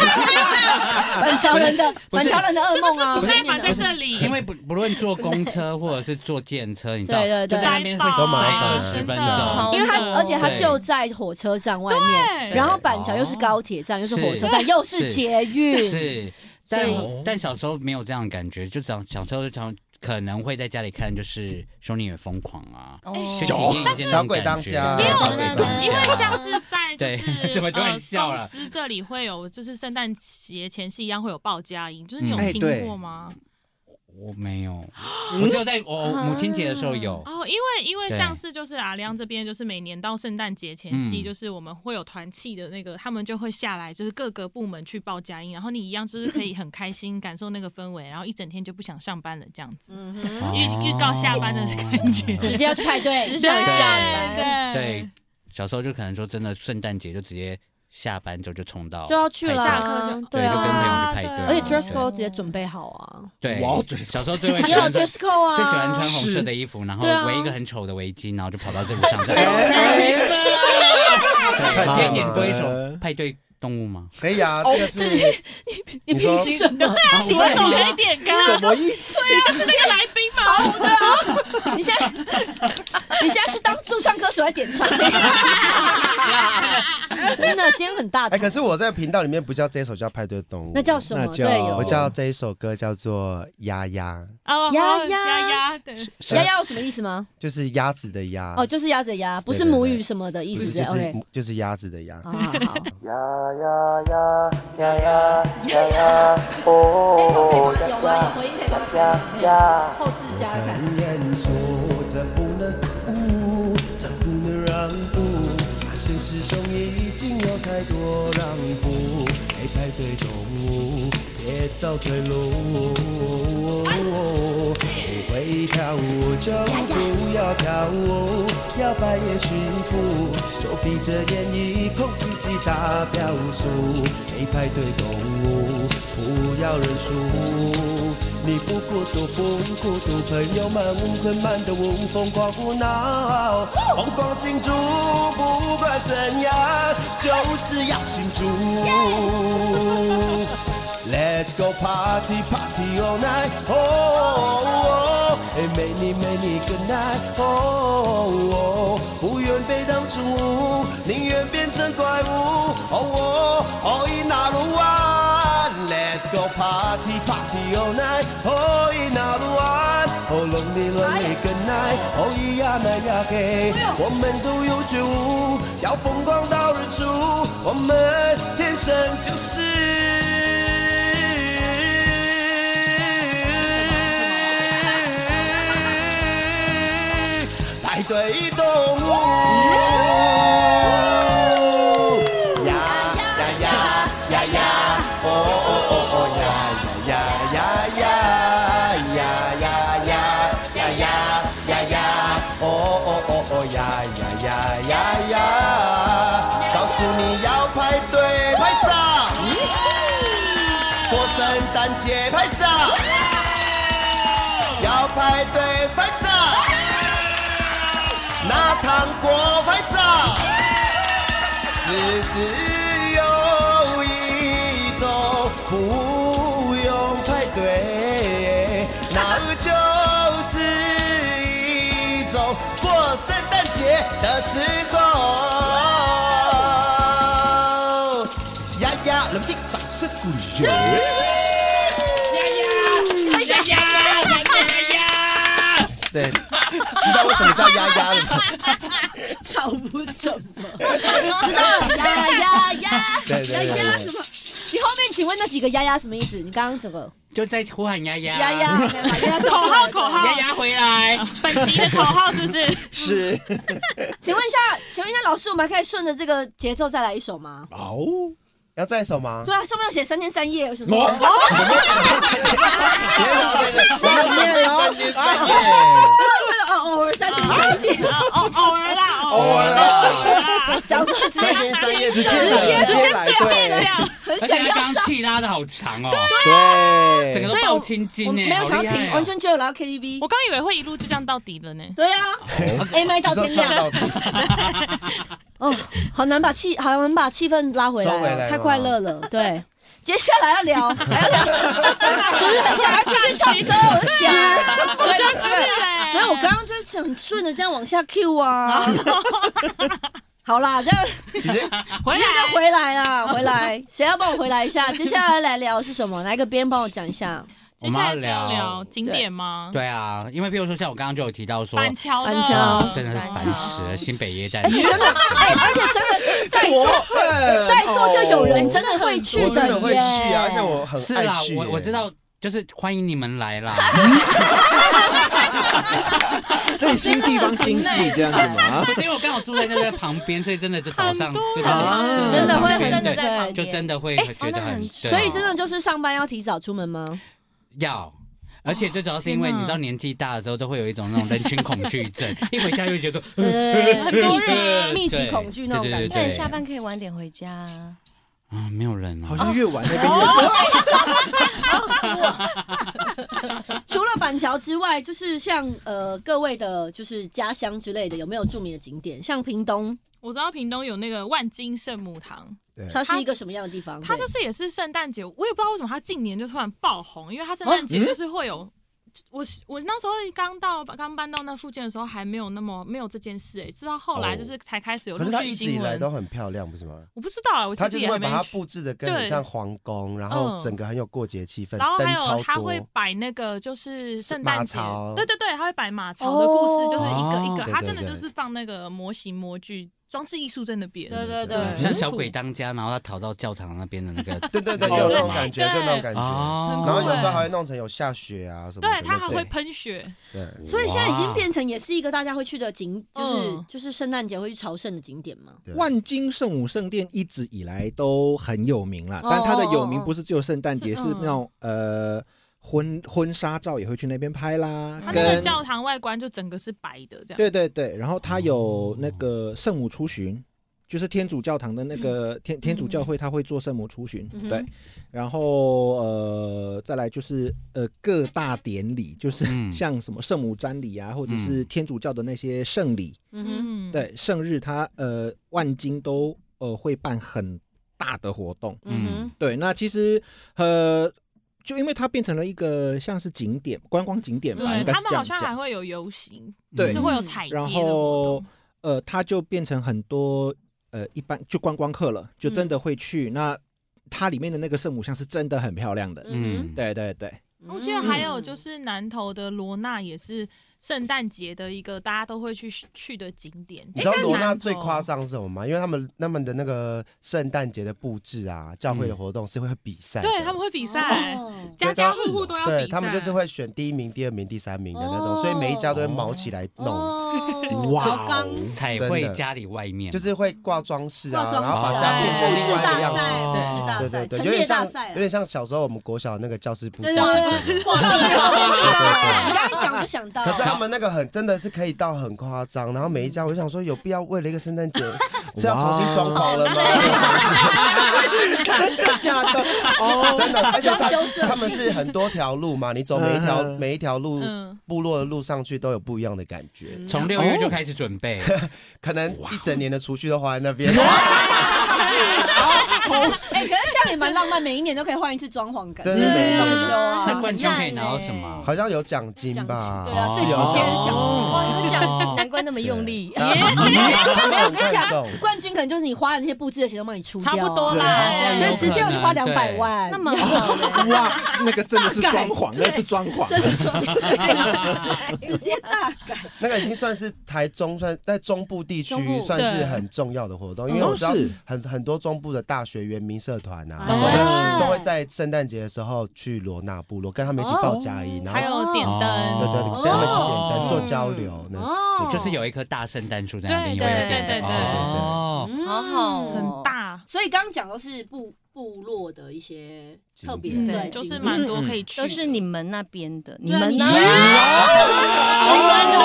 S5: 板桥人的板桥人的噩
S4: 是不
S5: 梦啊！
S4: 是不耐烦
S5: 我跟
S4: 在
S5: 你讲
S4: 这里？
S2: 因为不不论坐公车或者是坐电车，你知道，
S5: 对对对
S2: 就在那边会
S4: 塞爆
S2: 塞
S8: 啊
S2: 二十分
S4: 真
S2: 钟
S4: 的。
S5: 因为他
S4: 真的
S5: 而且他
S2: 对
S5: 就在火车站外面，
S4: 对
S5: 然后板桥又是高铁站，又是火车站，又是捷运，
S2: 是，但
S5: 所以
S2: 我但小时候没有这样的感觉，就长小时候就常可能会在家里看，就是《兄弟也疯狂》啊，
S9: 哦
S6: 哦
S2: 去体验一下那
S8: 小
S2: 种
S8: 鬼当
S2: 感觉
S8: 家，
S2: 对
S4: 没有
S2: 小鬼当家，
S4: 因为像是在就
S2: [laughs] 对
S4: 是
S2: 怎么突然
S4: 呃
S2: 笑了
S4: 公司这里会有，就是圣诞节前夕一样会有报佳音，就是
S2: 嗯
S4: 你有
S3: 哎对
S4: 听过吗？
S2: 我没有，我只有在我母亲节的时候有，
S4: 哦，因为因为
S2: 对
S4: 像是就是阿亮这边，就是每年到圣诞节前夕，
S2: 嗯
S4: 就是我们会有团契的那个，他们就会下来，就是各个部门去报佳音，然后你一样就是可以很开心感受那个氛围，然后一整天就不想上班了这样子，预 [laughs] 预告下班
S2: 哦
S4: 的感觉， [laughs]
S5: 直接要去派对，直
S2: 想下班
S5: 哎
S4: 对
S2: 对，小时候就可能说真的，圣诞节就直接下班之后就冲到
S5: 就要去了
S2: 派
S5: 啊，
S2: 对，就跟朋
S5: 啊，
S2: 友去派对，
S5: 而且 dress code 直接准备好啊，
S2: 对，
S3: 哇
S2: 对小时候最会
S5: 你
S2: 喜
S5: 有
S2: 欢穿
S5: dress code 啊，
S2: 最喜欢穿红色的衣服，然后
S5: 对啊
S2: 围一个很丑的围巾，然后就跑到这路上。
S5: [laughs]
S2: 对，
S3: 哎棒
S2: 可以点
S3: 了
S2: 播一首派对动物吗？
S8: 可以啊，这个
S5: 哦
S8: 是
S5: 你凭什么？
S2: 啊我
S4: 我手有点干，
S3: 什么意思？
S4: 你啊就是那个来宾嘛，
S5: 对啊，你现在你现在是当驻唱歌手在点唱，
S2: [laughs]
S5: 真的，今天很大
S8: 哎，可
S5: 胆，
S8: 是我在频道里面不叫这一首叫派对动物，
S5: 那叫什么？
S3: 那叫
S5: 对，
S8: 我
S5: 有
S8: 叫这一首歌叫做鸭鸭，
S4: 哦
S5: 呀
S4: 好
S5: 呀
S4: 呀呀，对。
S5: 鸭鸭有什么意思吗？
S8: 就是鸭子的鸭，
S5: 哦，就是鸭子的鸭，不是
S8: 对对对
S5: 母语什么的意
S8: 不
S5: 思
S8: 是就
S5: o k
S8: 是就是鸭子的鸭。
S5: 好好好，哎，后可以吗？有吗？有回音可以吗？
S10: 哦
S5: 没有后置加
S8: 敢
S5: 看。
S8: 言说，这不能误，这不能让步。啊，现实中已经有太多让步，哎，排队动物，别走退路。不会跳舞就不要跳舞，摇摆也驯服，就闭着眼一口气击打票数，哎，排队动物，不要认输。你不孤独，不孤独，朋友们，无困难的无疯狂胡闹，疯狂庆祝，不管怎样，就是要庆祝。Let's go party party all night, oh, oh, oh and many many good night, oh, oh, oh 不愿被当宠物，宁愿变成怪物，oh, oh, oh in Naruan. Let's go party party all night, oh in Naruan, oh lonely lonely good night, oh yeah na yeah hey，我们都有觉悟，要疯狂到日出，我们天生就是。排队动物，呀呀呀呀呀，哦哦哦哦呀呀呀呀呀呀呀呀呀呀呀，哦哦哦哦呀呀呀呀呀，告诉你要排队排上，过圣诞节排上，要排队排上。拿糖果拍上，只是有一种不用排队，那就是一种过圣诞
S3: 学。
S5: 呀呀
S11: 对，知道为什么叫丫丫了吗？
S5: 吵不什么？
S10: 知道呀
S5: [laughs]
S10: 呀呀！
S11: 对对
S5: 呀呀
S11: 对
S5: 什么？你后面请问那几个呀呀什么意思？你刚刚怎么
S2: 就在呼喊丫丫
S5: 呀呀？把呀呀叫出来
S4: 口号口号
S5: [laughs]
S2: [laughs]
S4: 啊
S2: 丫丫回来，
S4: 本集的口号是
S2: [laughs]
S4: 不是？
S3: 是
S5: 请问一下，请问一下老师，我们还可以顺着这个节奏再来一首吗？
S3: 哦，
S11: 要再一首吗？
S5: 对啊，上面有写三天三夜，有什么？哦
S3: 我
S11: 别聊这个，我们念了三天三夜，
S5: 哦，偶尔三天三夜，
S4: 啊偶偶尔啦，偶
S11: 偶尔啦，
S4: 啦，
S5: 想说直
S11: 三天三夜直接
S3: 直接来
S4: 这
S3: 对
S4: 样
S5: 很
S2: 而
S5: 想
S2: 且他
S5: 要
S2: 刚刚气拉的好长哦，
S3: 对，
S2: 整个
S5: 所
S2: 都
S5: 以
S2: 爆
S5: 我
S2: 青筋
S5: 我
S2: 呢，
S5: 没有想要
S2: 好厉害
S5: 停，
S2: 哦
S5: 完全只有来到 KTV
S4: 我。刚以为会一路就这样到底
S2: [laughs]
S4: 了呢。
S5: 对啊，A [laughs] 麦到
S11: 你说
S5: 天
S11: 唱
S5: 亮
S11: 到底，
S5: 啊哦，好难把气，好难把气氛拉回来
S11: 收回
S5: 哦，
S11: 来
S5: 太快乐了。对，接下来要聊，还要聊，是不是很想要继续唱歌？我就想，所以
S2: 啊
S4: 就是哎
S5: 所以我刚刚就是很顺着这样往下 Q 啊。好啦，这样 [laughs]
S11: 直接
S4: 回来
S5: 要回来啦，回来，谁要帮我回来一下？接下来来聊是什么？哪一个边帮我讲一下？
S2: 我们
S4: 接下
S2: 要
S4: 来是要
S2: 聊
S4: 聊，景点吗？
S2: 对啊，因为譬如说像我刚刚就有提到说，
S4: 板桥的，
S5: 板桥
S2: 真的是烦死了，新北耶诞
S5: 而，且真的，哎，而且真的在
S11: 我
S5: 座
S11: 很
S5: 在座就有人真的会去
S11: 哦我
S5: 的
S11: 真
S5: 耶，
S11: 的会去啊，而且我很
S2: 是
S11: 爱
S2: 啦
S11: 去，耶
S2: 我我知道，就是欢迎你们来啦，
S3: 振兴地方经济这样子
S4: 哦
S3: 吗？
S2: 不是因为我刚好住在那个旁边，所以真的就早上
S4: 很多
S2: 就
S11: 啊
S2: 就
S5: 真的会
S2: 对
S5: 真的
S2: 对啊
S5: 在旁边
S2: 就真的会觉
S9: 哦那
S2: 得很
S9: 很
S2: 正，
S5: 所以真的就是上班要提早出门吗？
S2: 要。而且最主要是因为
S4: 天
S2: 你
S4: 哪
S2: 知道年纪大的时候都会有一种那种人群恐惧症，一回家就觉得呃
S5: 对对对，密集
S2: 对
S5: 密集恐惧那种感
S2: 对对
S5: 觉。
S9: 那你下班可以晚点回家啊。
S2: 啊没有人
S3: 好
S2: 啊，
S3: 像越玩那边越
S5: 除了板桥之外，就是像呃各位的，就是家乡之类的，有没有著名的景点？像屏东，
S4: 我知道屏东有那个万金圣母堂，
S5: 它是一个什么样的地方？
S4: 它就是也是圣诞节，我也不知道为什么它近年就突然爆红，因为它圣
S11: 啊
S4: 诞节就是会有。我我那时候刚到刚搬到那附近的时候还没有那么没有这件事哎、直到后来就是才开始有
S11: 可
S4: 陆
S11: 是他
S4: 续
S11: 一直以
S4: 新
S11: 来
S4: 闻
S11: 都，很漂亮，不是吗？
S4: 我不知道、啊，我其
S11: 他
S4: 实
S11: 就是
S4: 也
S11: 会
S4: 还没
S11: 把它
S4: 去
S11: 布置的跟很
S4: 对
S11: 像皇宫，然后
S4: 嗯
S11: 整个很有过节气氛
S4: 然后，
S11: 灯
S4: 还有他
S11: 超
S4: 会
S11: 多。
S4: 摆那个就是圣诞节
S11: 马槽，
S4: 对对对，他会摆马槽的故事，
S5: 哦
S4: 就是一个一
S2: 哦
S4: 个，
S11: 对
S4: 他
S11: 对
S4: 真的
S11: 对
S4: 就是放那个模型模具，装置艺术在那边。
S5: 对对
S11: 对
S5: 对，
S2: 像小鬼当家，然后他逃到教堂那边的那个，
S11: [laughs] 对对对，
S2: 那个
S11: 有那种
S2: 嘛
S11: 感觉，就那种感觉。
S2: 哦
S11: 然后有时候还会弄成有下雪啊什么的那
S4: 对，
S11: 种。
S4: 他还会喷雪，
S11: 对
S5: 所以现在已经变成也是一个大家会去的景，就是
S4: 嗯
S5: 就是圣诞节会去朝圣的景点嘛。
S11: 对
S3: 万金圣母圣殿一直以来都很有名啦，
S5: 哦
S3: 但它的有名不是只有圣诞节，
S4: 哦
S3: 是
S4: 哦
S3: 那种呃婚婚纱照也会去那边拍啦
S4: 他，那个
S3: 跟
S4: 教堂外观就整个是白的这样。
S3: 对对对，然后它
S4: 哦
S3: 有那个圣母出巡。就是天主教堂的那个
S4: 嗯
S3: 天天主教会，它会做圣母出巡，
S5: 嗯哼
S3: 对，然后呃，再来就是呃各大典礼，就是
S2: 嗯
S3: 像什么圣母瞻礼啊，或者
S2: 嗯
S3: 是天主教的那些圣礼，
S5: 嗯哼，
S4: 嗯，
S3: 对，圣日它呃万金都呃会办很大的活动。
S5: 嗯哼，
S3: 对，那其实呃，就因为它变成了一个像是景点、观光景点吧，应该
S4: 对，他
S3: 是这
S4: 们好
S3: 样
S4: 像还
S3: 讲。
S4: 会有游行，
S3: 对
S4: 就是会有彩
S11: 嗯
S4: 街的
S3: 然
S4: 活
S3: 后
S4: 动。
S3: 呃，它就变成很多呃一般就观光客了，就真
S4: 嗯
S3: 的会去。那它里面的那个圣母像是真的很漂亮的，
S2: 嗯，
S3: 对对对，
S4: 我记得还有就是南投的罗纳也是圣诞节的一个大家都会去去的景点。
S11: 你知道
S4: 诶
S11: 罗纳
S4: 南投
S11: 最夸张是什么吗？因为他们他们的那个圣诞节的布置啊，教会的活动是会比赛
S4: 嗯
S11: 的，
S4: 对，他们会比赛，
S5: 哦
S4: 家家户户都要比赛。
S11: 对他们就是会选第一名、第二名、第三名的那种，
S5: 哦
S11: 所以每一家都会毛起来弄，
S5: 哦，
S3: 哇
S5: 好刚
S2: 彩绘家里外面
S11: 就是会挂装饰
S5: 化
S11: 啊，
S5: 妆
S11: 然后把
S5: 师
S11: 家
S5: 啊，
S11: 变成
S5: 布
S11: 另
S5: 置
S11: 外一
S5: 大
S11: 个样子。
S5: 赛，布置大
S11: 对对
S5: 赛，
S11: 对，
S5: 陈
S11: 有点
S5: 列大
S11: 像
S5: 赛啊
S11: 有。点像小时候我们国小那个教室布置
S5: 对对
S11: 教室
S5: 对
S11: 布
S5: 对
S11: 置。
S5: 对，哇！你刚一讲我就想到，
S11: 可是他们那个很真的是可以到很夸张，然后每一家我就想说有必要为了一个圣诞节是要重新装潢了吗？真的假的？哦，真的，而且
S5: 装修设计
S11: 他他们是很多条路嘛，你走每一条
S3: 嗯
S11: 每一条路
S4: 嗯
S11: 部落的路上去都有不一样的感觉，
S2: 从六月就开始准备，
S11: 可能一整年的储蓄都花在那边。
S5: 嗯哎，可是这样也蛮浪漫，每一年都可以换一次装潢感，
S11: 真的
S5: 对装修
S2: 那
S5: 啊，
S2: 冠军可以拿到
S9: 很烂欸
S2: 什么？
S11: 好像有奖金
S5: 奖金
S11: 吧？
S5: 对啊，
S2: 哦
S5: 最直接的奖金，
S2: 哦
S5: 哇，有奖金，
S9: 难怪那么用力。
S5: [laughs]
S11: 大家不要
S8: 我跟你
S11: 看
S8: 讲
S11: 重，，
S8: 冠军可能就是你花了那些布置的钱都帮你出掉，
S4: 差不多啦，
S11: 是
S8: 所以
S11: 有
S8: 直接我就花两
S2: 可能
S8: 百万，
S9: 那
S5: [laughs]
S9: 么好嘞，
S3: 哇，那个
S4: [laughs]
S3: 真的是装潢，那是装潢，
S8: 真的装直接
S5: 啊
S8: 大改，
S11: 那个已经算是台中算在中部地
S9: 中部
S11: 区算是很重要的活动，因为
S3: 嗯
S11: 我知道
S3: 是
S11: 很很多中部的大学园民社团啊，
S9: 哦
S11: 都
S5: 嗯
S11: 会都会在圣诞节的时候去罗纳部落，跟他们一起报佳音，然
S4: 还
S11: 后
S4: 有点灯，
S11: 对对
S2: 哦
S11: 对，跟他们一起点灯做交流呢。
S8: 哦
S2: 就是有一棵大圣诞树在那边，
S4: 对
S2: 有一个
S9: 对
S2: 电
S4: 对
S2: 灯
S4: 对对对
S2: 哦
S9: 好好哦，
S4: 很大，
S5: 嗯所以刚刚讲都是部部落的一些特别
S4: 嗯，
S5: 对，
S4: 就是
S5: 景
S4: 蛮多可以去的，
S9: 都是你们那边的，你
S5: 对啊
S9: 们呢？
S5: 你
S3: 这
S9: 哎
S3: 个
S9: 好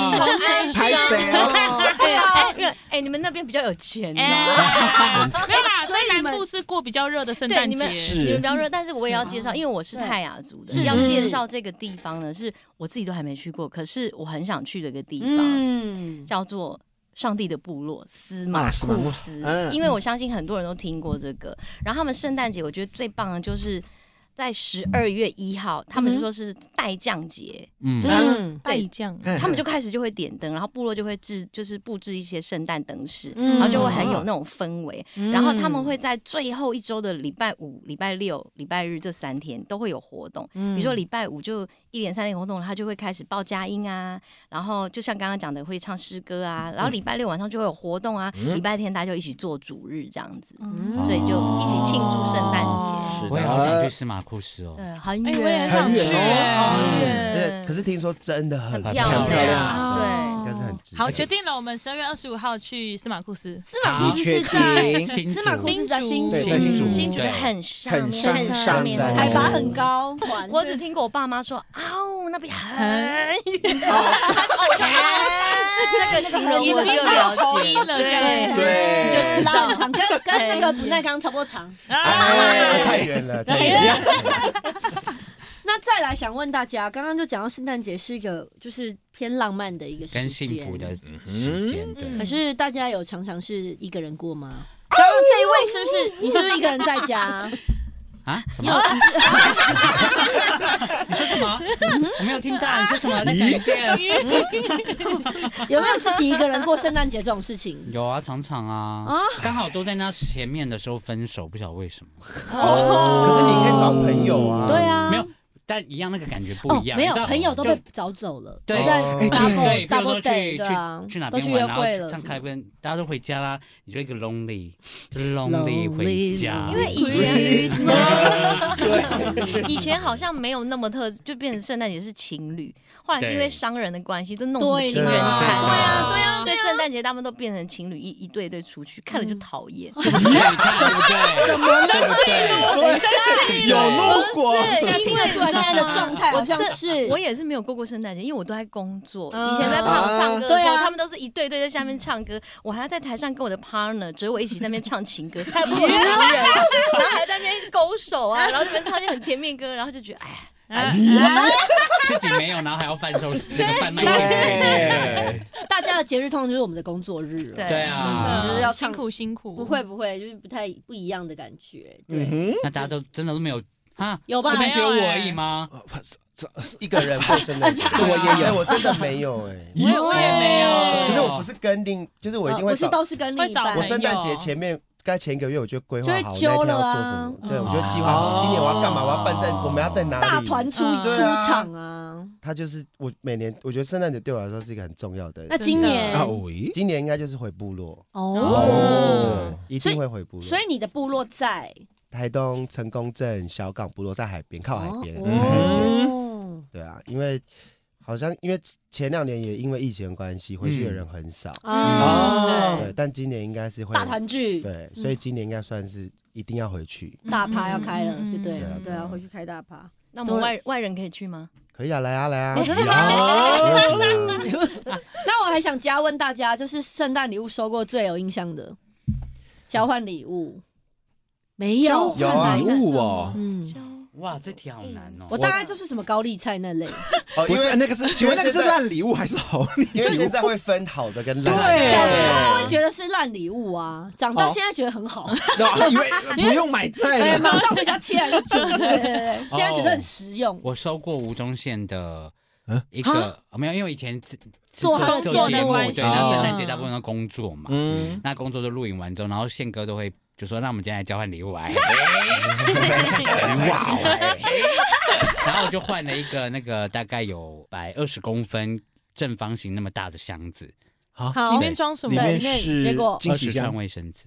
S3: [laughs] 拍
S9: 哀
S3: 谁啊
S9: 伤哦对啊，哎因为哎，你们那边比较有钱
S6: 啊
S9: 呐。
S4: 哎， [laughs] 没有啦，
S8: 所以
S4: 在
S8: 你们
S4: 南部是过比较热的圣
S9: 对
S4: 诞
S9: 你们，
S4: 节，
S3: 是
S9: 你们比较热，但是我也要介绍，因为我是泰雅族的
S5: 是，
S9: 要
S5: 是
S9: 介
S5: 是
S9: 绍这个地方呢，是我自己都还没去过，可是我很想去的一个地方，
S5: 嗯，
S9: 叫做。上帝的部落司马
S3: 啊司马
S9: 库
S3: 库
S9: 斯，
S3: 嗯
S9: 因为我相信很多人都听过这个。然后他们圣诞节，我觉得最棒的就是在十二月一号，他
S8: 嗯
S9: 们就说是待降节，
S2: 嗯
S9: 就是
S5: 嗯
S9: 对
S4: 将
S9: 他们就开始就会点灯，然后部落就会置就是布置一些圣诞灯饰，
S5: 嗯
S9: 然后就会很有那种氛围。然后他们会在最后一周的礼拜五、礼拜六、礼拜日这三天都会有活动，
S5: 嗯
S9: 比如说礼拜五就一连三天活动，他就会开始报佳音啊，然后就像刚刚讲的会唱诗歌
S5: 嗯
S9: 啊，然后礼拜六晚上就会有活动啊，礼拜天大家就一起做主日这样子，
S4: 嗯
S9: 所以就一起庆祝圣诞
S4: 哦
S9: 节。
S3: 是
S2: 我也好想去司马库斯哦，
S9: 对，很
S4: 哎
S9: 远，
S4: 我也很想
S3: 很远
S4: 去哎
S9: 好
S3: 哦
S11: 而且
S9: 远，
S11: 可是听说真的很
S2: 很
S9: 漂亮
S3: 很漂亮
S9: 对
S11: 应该是很值得
S4: 好，决定了，我们十二月二十五号去司马库斯，
S5: 司马库斯是
S3: 你确
S5: 在
S3: 定
S2: 新
S5: 司马库
S2: 竹
S5: 斯在新
S3: 对在新
S5: 竹
S3: 竹
S9: 新竹的
S2: 对
S9: 很上面，
S3: 上
S9: 很上
S3: 上
S9: 面，
S11: 山
S5: 海拔很高，环
S9: 我只听过我爸妈说，啊、哦，那边很远，这个形容我就
S4: 已
S9: 了解
S4: 经到红衣了这样
S3: 对
S5: 你就知道，长跟跟那个不耐钢差不多长。
S11: 哎，太远了，太远了。
S5: 那再来想问大家，刚刚就讲到圣诞节是一个就是偏浪漫的一个时间，
S2: 跟幸福的时间，对，
S5: 可是大家有常常是一个人过吗？刚刚这一位是不是你是不是一个人在家？
S2: 啊什么？你说什么？我没有听到，你说什么？再讲一遍。
S5: 有没有自己一个人过圣诞节这种事
S11: [laughs]
S5: 情？
S2: 有啊，常常啊，刚好都在那前面的时候分手，不晓得为什么。
S11: 哦可是你可以找朋友啊，
S5: 对，啊，
S2: 没有，但一样那个感觉不
S5: 哦
S2: 一，样。
S5: 没
S2: 你
S5: 有
S2: 知道
S5: 朋友都
S2: 就
S5: 被找走
S3: 哎
S5: 了，
S2: 对
S5: 都在
S11: 哦
S2: 对，比如
S5: double double
S2: 说
S5: day
S2: 去
S5: 对啊
S2: 去去哪
S5: 都去
S2: 边
S5: 约
S2: 玩，然后
S5: 会了
S2: 这样
S5: 什么
S2: 开边，大家都回家啦，你就一个 lonely，就是 lonely 回家，
S9: 因为以前，以前好像没有那么特，就变成圣诞节是情侣，后来是因为商人的关系，都弄成
S5: 对
S9: 情人
S11: 啦
S9: 餐，
S2: 对啊
S5: 对啊
S9: 所以圣诞节他们都变成情侣一一对一对出去，看了就讨厌。
S2: 是不是？你看对不 [laughs] 对？怎么生气
S3: 有怒火，
S9: 是
S5: [laughs] 听得出来现在的状态好像是
S9: 我也是没有过过圣诞节，因为我都在工作。
S5: 嗯
S9: 以前在跑唱歌的
S5: 对
S9: 时候，
S5: 啊
S9: 他们都是一对一对在下面唱歌，我还要在台上跟我的 partner 只有我一起在那边唱情 [laughs] 歌，还有我情人，然后还在那边勾手 [laughs] 啊，然后这边唱一些很甜蜜的歌，然后就觉得哎呀，
S2: 自己没有，然后还要贩售那个贩卖自己给
S3: 对，
S5: 大家的节日通常就是我们的工作日了，
S2: 别
S9: 对
S2: 人对啊，
S5: 就是要唱
S4: 辛苦辛苦，
S5: 不会不会，就是不太不一样的感觉，对。
S3: 嗯
S2: 那大家都真的都没有啊？
S5: 有吧哎
S2: 这边只有我而已吗？
S11: 一个人过圣诞节，
S2: 啊
S3: 我也有
S11: 哎，我真的没有哎。
S4: 我也我也没
S2: 哦
S4: 有，
S11: 可是我不是跟定，就是我一定
S5: 呃
S11: 会
S5: 不是
S11: 找。
S5: 都是跟另一半，
S11: 我圣诞节前面，该前一个月我就规划
S5: 就会
S11: 好我那
S5: 揪
S11: 天要
S5: 了啊
S11: 做什么，对我就计划
S3: 哦
S11: 好今年我要干嘛，我要办在我们要在哪里。
S5: 大团出
S4: 嗯
S5: 出
S4: 对
S11: 啊
S5: 场啊。
S11: 他就是我每年，我觉得圣诞节对我来说是一个很重要的。
S5: 那今年
S3: 啊，喂，
S11: 今年应该就是回部落，
S5: 哦，
S11: 对，一定会回部落。
S5: 所以你的部落在
S11: 台东成功镇小港部落在海边，靠海边。嗯
S5: 哦，
S11: 对啊，因为好像因为前两年也因为疫情的关系，
S5: 嗯
S11: 回去的人很少。
S9: 嗯
S5: 啊，
S11: 对，但今年应该是会
S5: 哦大团嗯聚，
S11: 对，所以今年应该算是一定要回去。
S5: 大趴要开了，
S4: 嗯
S5: 就对了，
S11: 嗯
S5: 对啊，回去开大趴。
S9: 那我们外外人可以去吗？
S11: 可以啊，来啊，来啊！
S5: 哦真的吗
S11: 有没问题啊
S5: 那我还想加问大家，就是圣诞礼物收过最有印象的交换礼物，没有？
S11: 有啊
S3: 礼物哦，
S5: 嗯，
S2: 哇，这题好难哦
S5: 我。大概就是什么高丽菜那类，
S11: 哦，
S3: 不
S11: 因
S3: 是
S11: 为
S3: 那个是，请问那个是烂礼物还是好礼物？
S11: 因为现在会分好的跟烂
S3: 对
S11: 的。
S5: 小时候会觉得是烂礼物啊，长大
S3: 哦
S5: 现在觉得很好。
S3: 那因为不用买
S5: 对，
S3: 菜了，
S2: 哦
S5: 马上回家切来就煮。对对对，现在觉得很实用。
S2: 我收过吴宗宪的
S3: 嗯
S2: 一个哦没有，因为以前是是
S5: 做他的
S2: 做
S5: 节目
S2: 节目，
S5: 关
S2: 对，
S5: 系
S2: 然后圣诞
S4: 哦
S2: 节大部分都工作嘛，
S3: 嗯，
S2: 那工作就录影完之后，然后宪哥都会就说：“那我们今天来交换礼物哎。
S3: 哇哦，
S2: [laughs] 然后我就换了一个那个大概有百二十公分正方形那么大的箱子，
S5: 好
S4: 里面装什么
S3: 里？面
S5: 对那
S3: 是
S5: 结果
S3: 惊
S2: 二
S3: 喜
S2: 十
S3: 箱
S2: 串，卫生纸。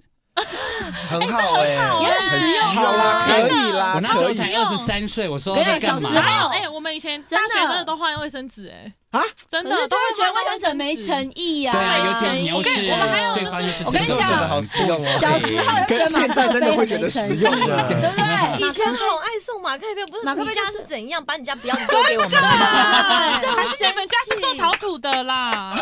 S11: 很好哎、
S5: 也哦很
S3: 很
S5: 实用
S3: 好啦，
S5: 啊
S3: 可以啦，
S2: 我那时
S3: 可
S2: 候
S3: 以
S2: 才二十三岁，我说
S5: 我跟你
S2: 在
S5: 讲
S2: 干
S5: 小
S2: 嘛
S5: 时
S4: 还
S5: 候
S4: 有哎、我们以前大
S5: 真的
S4: 学真的都换卫生纸哎、
S3: 啊，
S4: 真
S5: 可
S4: 的
S5: 是就
S4: 都
S5: 会觉得卫生
S4: 换
S5: 纸没
S4: 纸。
S5: 诚意呀、
S2: 对啊，尤其
S5: 诚意
S2: 你又是
S4: 我们还有就是
S2: 对方又是
S5: 我跟你
S2: 这种
S5: 讲真
S2: 人
S5: 的
S11: 好实用哦
S5: 小时候就觉
S3: 跟
S5: 得
S3: 现在真的会觉得实用啊
S5: 的，对
S3: 的。
S5: 不 [laughs] 对？
S9: 以前好爱送马克杯，不是
S5: 马克杯
S9: 你家是怎样把你家不要的丢给我们吗？
S5: 对
S4: 还是你们家是做陶土的啦？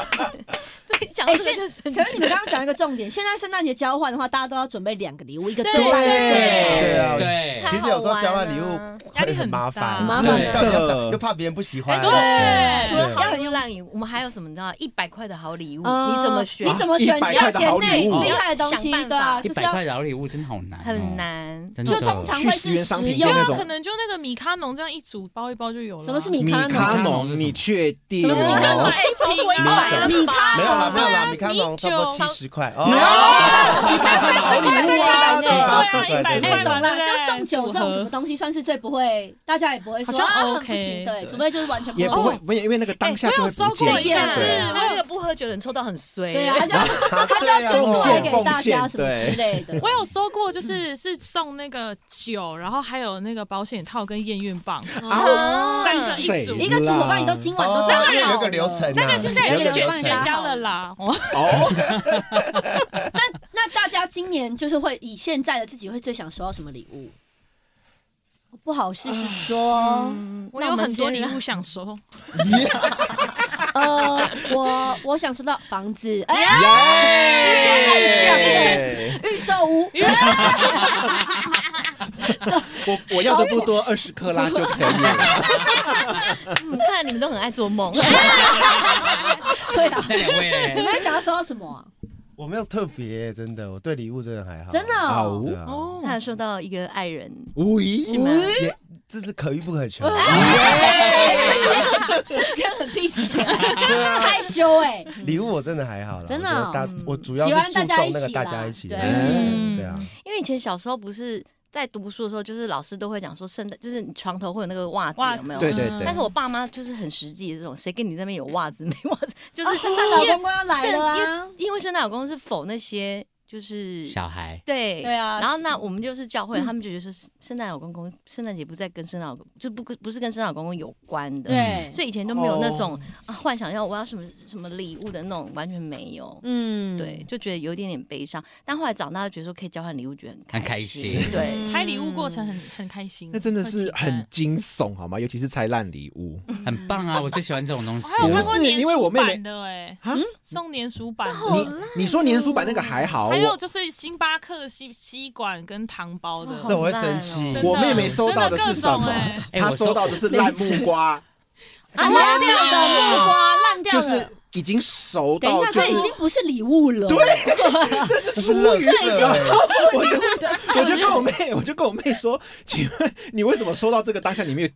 S9: 对，讲
S5: 哎、
S9: 到
S5: 现
S9: 这个就是
S5: 可是你们刚刚讲一个重点，现在圣诞节交换的话，大家都要准备两个礼物，一个最大的
S3: 对
S11: 对啊，
S2: 对
S9: 太
S11: 其实有时候交换礼
S9: 好
S11: 物
S9: 玩了
S4: 压力
S11: 会
S4: 很大
S11: 麻
S4: 哎
S11: 烦，
S5: 麻
S11: 就是
S5: 烦
S11: 你到底要
S3: 真
S11: 想
S3: 的
S11: 又怕别人不喜欢，
S9: 除
S4: 对，
S9: 了好礼物烂礼物，我们还有什么？你知道，一百块的好礼物，
S5: 呃
S9: 你怎么选？
S5: 你怎么选？
S3: 一
S5: 你
S3: 百
S5: 要
S3: 块的
S5: 钱
S3: 好
S5: 内
S3: 礼物
S5: 厉害的东西，
S9: 想办法
S5: 对啊，
S2: 一
S5: 就是
S2: 百
S5: 要
S2: 块的礼物真的好难哦，
S9: 很难？
S2: 真的，
S5: 就通常
S3: 去
S5: 会
S3: 十
S5: 是
S3: 元商
S5: 实
S3: 品
S5: 用
S3: 店那
S5: 的。
S3: 种
S4: 可能就那个米咖农这样一组包一包就有了啊。
S5: 什么是米
S3: 米
S5: 咖
S3: 卡
S5: 农？
S3: 农，你确定
S5: 就
S3: 哦？
S5: 是你
S4: 跟
S5: 刚
S4: 买一
S9: 超过一
S4: 瓶
S9: 百
S4: 啊
S9: 了吧？
S5: 米咖
S11: 没有啦，没有啦，
S4: 对啊
S11: 米卡农差不多
S4: 米酒
S11: 七十块
S3: 没有
S11: 哦，
S3: 好礼物啊！
S4: 对啊，一百
S11: 对
S5: 哎，
S4: 块
S5: 懂
S4: 嘛，
S5: 了，
S4: 对啊
S5: 就
S4: 不对
S5: 送酒这种什么东西，算是最不会，大家也不会说
S4: 好像
S5: 啊很
S4: OK，
S5: 不行，对，
S4: 对
S5: 除非就是完全不
S3: 也不会
S5: 哦，
S3: 没有，因为那个当下
S4: 哎
S3: 就会
S4: 我有收
S3: 不
S4: 过
S3: 见
S4: 一
S3: 对
S4: 下是
S9: 那这个不喝酒的人抽到很衰。
S5: 对啊，他就
S3: [laughs]
S5: 要
S3: 啊
S5: 他就要
S3: 对啊
S5: 捐出来给
S3: 奉
S5: 大家
S3: 献
S5: 什么之
S3: 对
S5: 类的。
S4: 我有收过，就是是送那个酒，然后还有那个保险套跟验孕棒，
S5: 啊
S4: 三个一组。
S3: 谁
S5: 一个组伙伴，你都今晚都
S11: 哦
S5: 到
S11: 因为
S5: 了
S11: 有一个流程啊，
S4: 那个现在
S5: 有
S4: 已
S5: 一
S4: 经
S5: 个
S4: 绝
S5: 流程
S4: 绝交了啦，我
S3: 哦，
S5: 那大家今年就是会以现在的自己会最想收到什么礼物？不好意思说，
S4: 我
S11: 嗯
S5: 那
S4: 有
S5: 我们
S4: 很多
S5: 先
S4: 礼
S5: 让
S4: 物想收，
S5: 呃，我我想收到房子，哎，
S3: 耶！
S5: 预售屋，
S3: 我我要的不多，二十克拉就可以了。
S9: 嗯，看来你们都很爱做梦。
S5: [laughs] 对啊，
S2: 那两位
S5: 你
S2: 嘞
S5: 们想要收到什么啊？
S11: 我没有特别，真的，我对礼物真的还好，
S5: 真的哦
S11: 对啊
S4: 哦
S9: 他有收到一个爱人，
S3: 无疑，
S9: 是吗？
S5: 嗯
S11: 也这是可遇不可求，啊
S5: [laughs] 瞬间瞬间很 peace 起来，
S11: 对啊，
S5: 害羞哎，
S11: 礼物我真的还好啦，
S5: 真的
S11: 我觉得大我主要是注重那个大家一起的
S5: 喜欢
S3: 大家一起啦
S11: 嗯对啊，
S9: 因为以前小时候不是在读书的时候，就是老师都会讲说圣诞，就是你床头会有那个袜子，
S4: 袜
S9: 有
S4: 子
S9: 没有？
S3: 对对
S4: 嗯
S3: 对
S9: 但是我爸妈就是很实际的这种，谁跟你那边有袜子没袜子，就是
S5: 圣
S9: 圣
S5: 诞
S9: 诞
S5: 老
S9: 老
S5: 公
S9: 公，
S5: 公要来了啊！
S11: 哦
S9: 因为圣诞老公是否那些就是
S2: 小孩
S9: 对
S5: 对啊
S9: 然后那我们就是教会，他们就觉得说圣诞老公公、圣诞节不再跟圣诞老公就不不是跟圣诞老公公有关的，
S2: 嗯
S5: 对，
S9: 所以以前都没有那种、
S3: 哦
S9: 啊幻想要我要什么什么礼物的那种，完全没有。
S5: 嗯，
S9: 对，就觉得有一点点悲伤，但后来长大就觉得说可以交换礼物，
S5: [laughs]
S9: 觉得很
S2: 很开
S9: 心。
S2: 心
S9: 对，
S4: 拆礼物过程很很开心，
S3: 那真的
S4: 会期
S3: 是
S4: 待
S3: 很惊悚，好吗？尤其是拆烂礼物，
S2: 很棒啊，我最喜欢这种东西
S4: 我还
S2: 了。
S4: 有看过
S3: 不是
S4: 年
S3: 因为我
S4: 书
S3: 妹妹
S4: 版的哎
S3: 啊，
S4: 送年书版的，
S3: 你你说年书版那个还好，
S4: 还有
S3: 我
S4: 就是星巴克吸吸管跟糖包的，
S11: 这我会生气
S4: 真。的
S3: 我妹妹收到的
S4: 真的各
S3: 是什
S4: 种
S3: 么
S4: 欸？
S2: 哎
S3: 她
S2: 我收
S3: 收到的是烂木瓜，
S5: 啊，烂掉的木瓜，烂掉
S3: 就
S5: 了。
S3: 是已经熟
S5: 等一
S3: 到
S5: 下，
S3: 就
S5: 这
S3: 是
S5: 已经不是礼物 [laughs] 了。对，
S11: 这是乐色，
S3: 我就我就跟我妹，我就跟我妹说，请问你为什么收到这个当下你没有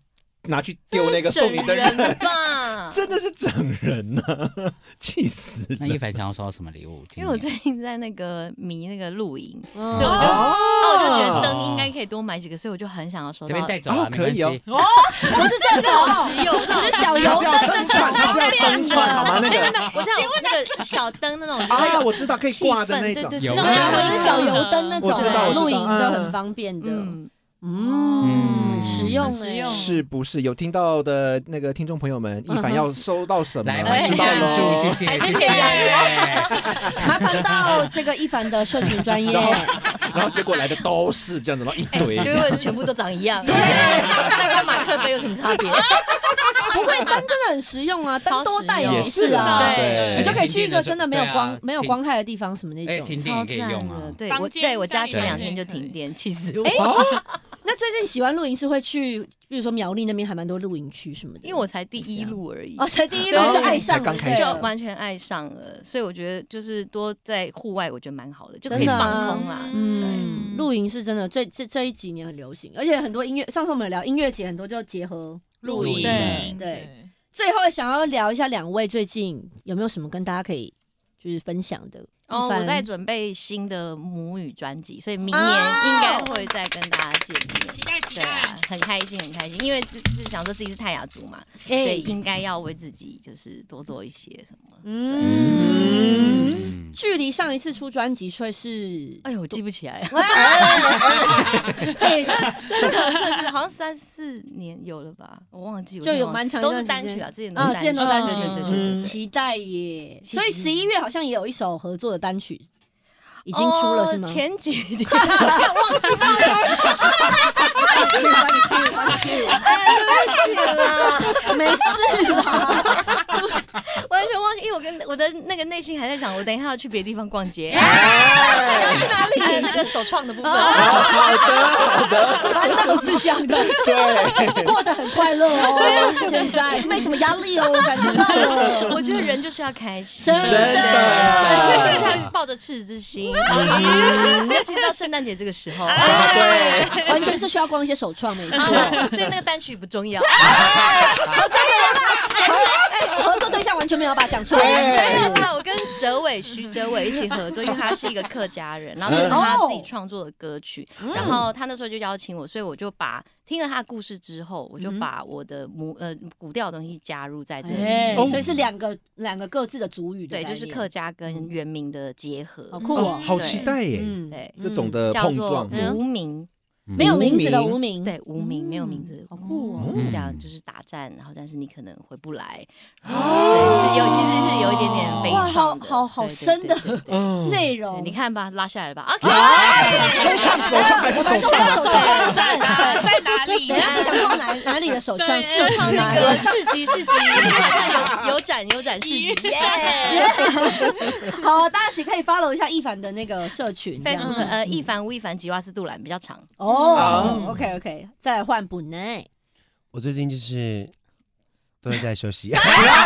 S3: 拿去丢那个送你的人？
S9: 人吧
S3: [laughs] 真的是整人呢、气死
S2: 那
S3: 了！
S2: 一凡想要收到什么礼物？
S9: 因为我
S2: 今
S9: 最
S2: 年
S9: 近在那个迷那个露营，
S5: 嗯
S9: 所以我就，那我就觉得灯
S3: 哦
S9: 应该可以多买几个，所以我就很想要收
S2: 这
S9: 到
S2: 边带走啊，
S3: 哦
S2: 没关系
S3: 可以哦
S5: 不是这种，是小油
S3: 它是
S5: 灯
S3: 要
S5: 的
S3: 灯串，它是要灯串好吗？那
S9: 没有没有
S3: 个
S9: 没有，我想有啊那个小灯那种
S3: 啊，我知道可以挂的那
S9: 气氛
S3: 种
S9: 对对，
S2: 有
S5: 对
S2: 啊
S5: 啊，或者是小油灯那
S3: 我
S5: 种，
S3: 知道我知道
S5: 露营就很方便的。
S9: 嗯，
S5: 嗯，
S2: 嗯
S5: 实用欸
S4: 很实用
S3: 是不是有听到的那个听众朋友们，一凡要收到什么？
S2: 来，
S5: 哎
S2: 欢迎
S3: 知道
S2: 赞助，谢
S3: 喽。
S2: 谢谢谢。
S5: 麻烦到这个一凡的社群专业，
S3: 然后，然后结果来的都是这样子，然后一堆。
S9: 就会全部都长一样。对， [laughs] 那跟马克杯有什么差别？
S5: 不会灯真的很实用啊，灯多带也没
S3: 也
S5: 事
S3: 是啊
S5: 啊，
S9: 对
S2: 对
S5: 你就可以去一个真的没有光
S2: 对啊
S5: 没有
S2: 停
S5: 光害的地方，什么那
S2: 哎，
S5: 种。
S2: 停电也可以用啊。
S9: 对
S4: 房
S9: 我
S4: 间
S9: 对我家
S4: 家
S9: 前
S4: 里
S9: 两
S4: 面
S9: 天就
S4: 也可以
S9: 停电，气死我！
S5: 哎，那最近喜欢露营是会去，比如说苗栗那边还蛮多露营区什么的，
S9: 因为我才第一路而已
S5: 哦，。才第一路就爱上了，
S3: 才刚开
S5: 对
S3: 始
S9: 就完全爱上了，所以我觉得就是多在户外，我觉得蛮好的，就可以
S5: 真的啊
S9: 放空啦。
S5: 嗯，露营是真的最这这一几年很流行，而且很多音乐，上次我们有聊音乐节，很多就结合
S4: 露
S2: 营
S4: 营，
S2: 对
S5: 对，最后想要聊一下两位最近有没有什么跟大家可以就是分享的地
S9: 哦，
S5: 方？
S9: 我在准备新的母语专辑，所以明年应该会再跟大家见面。
S4: 期待期
S9: 对
S4: 待。
S9: 啊，很开心，很开心，因为自是想说自己是泰雅族嘛，所
S5: 哎
S9: 以哎应该要为自己就是多做一些什么。
S5: 嗯，
S2: 嗯，
S5: 距离上一次出专辑却
S9: [laughs]
S5: 是
S9: 哎呦，我记不起来了，
S5: 哎
S9: 这就是好像三四年有了吧，我忘记，我
S5: 就
S9: 真的
S5: 有
S9: 忘
S5: 蛮长一
S9: 都
S5: 段
S9: 是
S5: 时
S9: 单
S5: 间
S9: 曲啊，嗯之前都
S5: 啊之前都单
S9: 是曲，
S4: 曲
S9: 对对对对对对。
S5: 期待耶！
S9: 谢谢
S5: 所以十一月好像也有一首合作的单曲已经出了，
S9: 哦
S5: 是吗？
S9: 前几 [laughs] 天，
S5: [laughs] 哎
S9: 对不起啦，
S5: 没事啦，
S9: [laughs] 完全忘记，因为我跟我的那个内心还在想，我等一下要去别的地方逛 [laughs] 街，
S5: 要去哪
S9: 哎还有
S5: 里？
S9: 那个首创的部 [laughs] 分，
S5: 蛮脑子想的，对，过得很快乐哦，现在没什么压力哦，感受到了。
S9: 我觉得人就是要开心，
S5: 真的真
S3: 的
S9: 是不是要抱着赤子之心？ [laughs] 尤其是到圣诞节这个时 [laughs] 候，啊
S5: 对，完全是需要逛一些首创，没哎错。
S9: [laughs] 所以那个单曲不 [laughs] 重要。
S5: 合作对象，哎，合作对象完全没有把它讲出来。
S9: 真的话，我跟哲伟、徐哲伟一起合作，因为他是一个客家
S5: 嗯
S9: 人，然后这是他自己创作的歌曲，
S5: 哦
S9: 然后他那时候就邀请我，所以我就把听了他的故事之后，我就
S5: 嗯
S9: 把我的母呃古调的东西加入在这里
S5: 哎
S9: 面，，
S3: 哦
S5: 所以是两个两个各自的族语的
S9: 对，
S5: 概念，
S9: 就是客家跟原名的结合，
S5: 好酷
S3: 哦
S5: 哦，
S3: 好期待耶！
S5: 嗯，
S9: 对，
S3: 这种的
S9: 叫
S3: 碰
S9: 做
S3: 撞，
S5: 嗯
S9: 无名，
S5: 没有名字的
S3: 无
S5: 无名，
S9: 对，无名没有名字，
S5: 嗯好酷哦。
S9: 这样就是打战，然后但是你可能回不来，对，是有其实是有一点点悲
S5: 哦哇
S9: 怆的，
S5: 好好好
S9: 对对
S5: 深的
S9: 对对对
S3: 嗯，
S5: 内
S9: 对
S5: 容，
S9: 你看吧，啊拉下来了吧，OK。
S3: 首创首创还是首
S5: 我们是
S3: 创，
S4: 手枪在哪？在哪里？
S5: 等一下是想逛哪哪里的手
S4: 对
S5: 串？
S4: 啊
S5: 市
S9: 唱
S5: 场
S9: 那
S5: 哪
S9: 个
S5: 里？
S9: 市集 [laughs] 市集，好像有有展有展市集， [laughs] 耶
S5: [laughs] 好，大家一起可以 follow 一下一凡的那个社群这样
S9: ！Facebook
S5: 子。
S9: 呃，一凡吴一凡吉瓦斯杜兰比较长，
S5: 哦，OK OK，再来换补奈。
S11: 我最近就是都是在休息，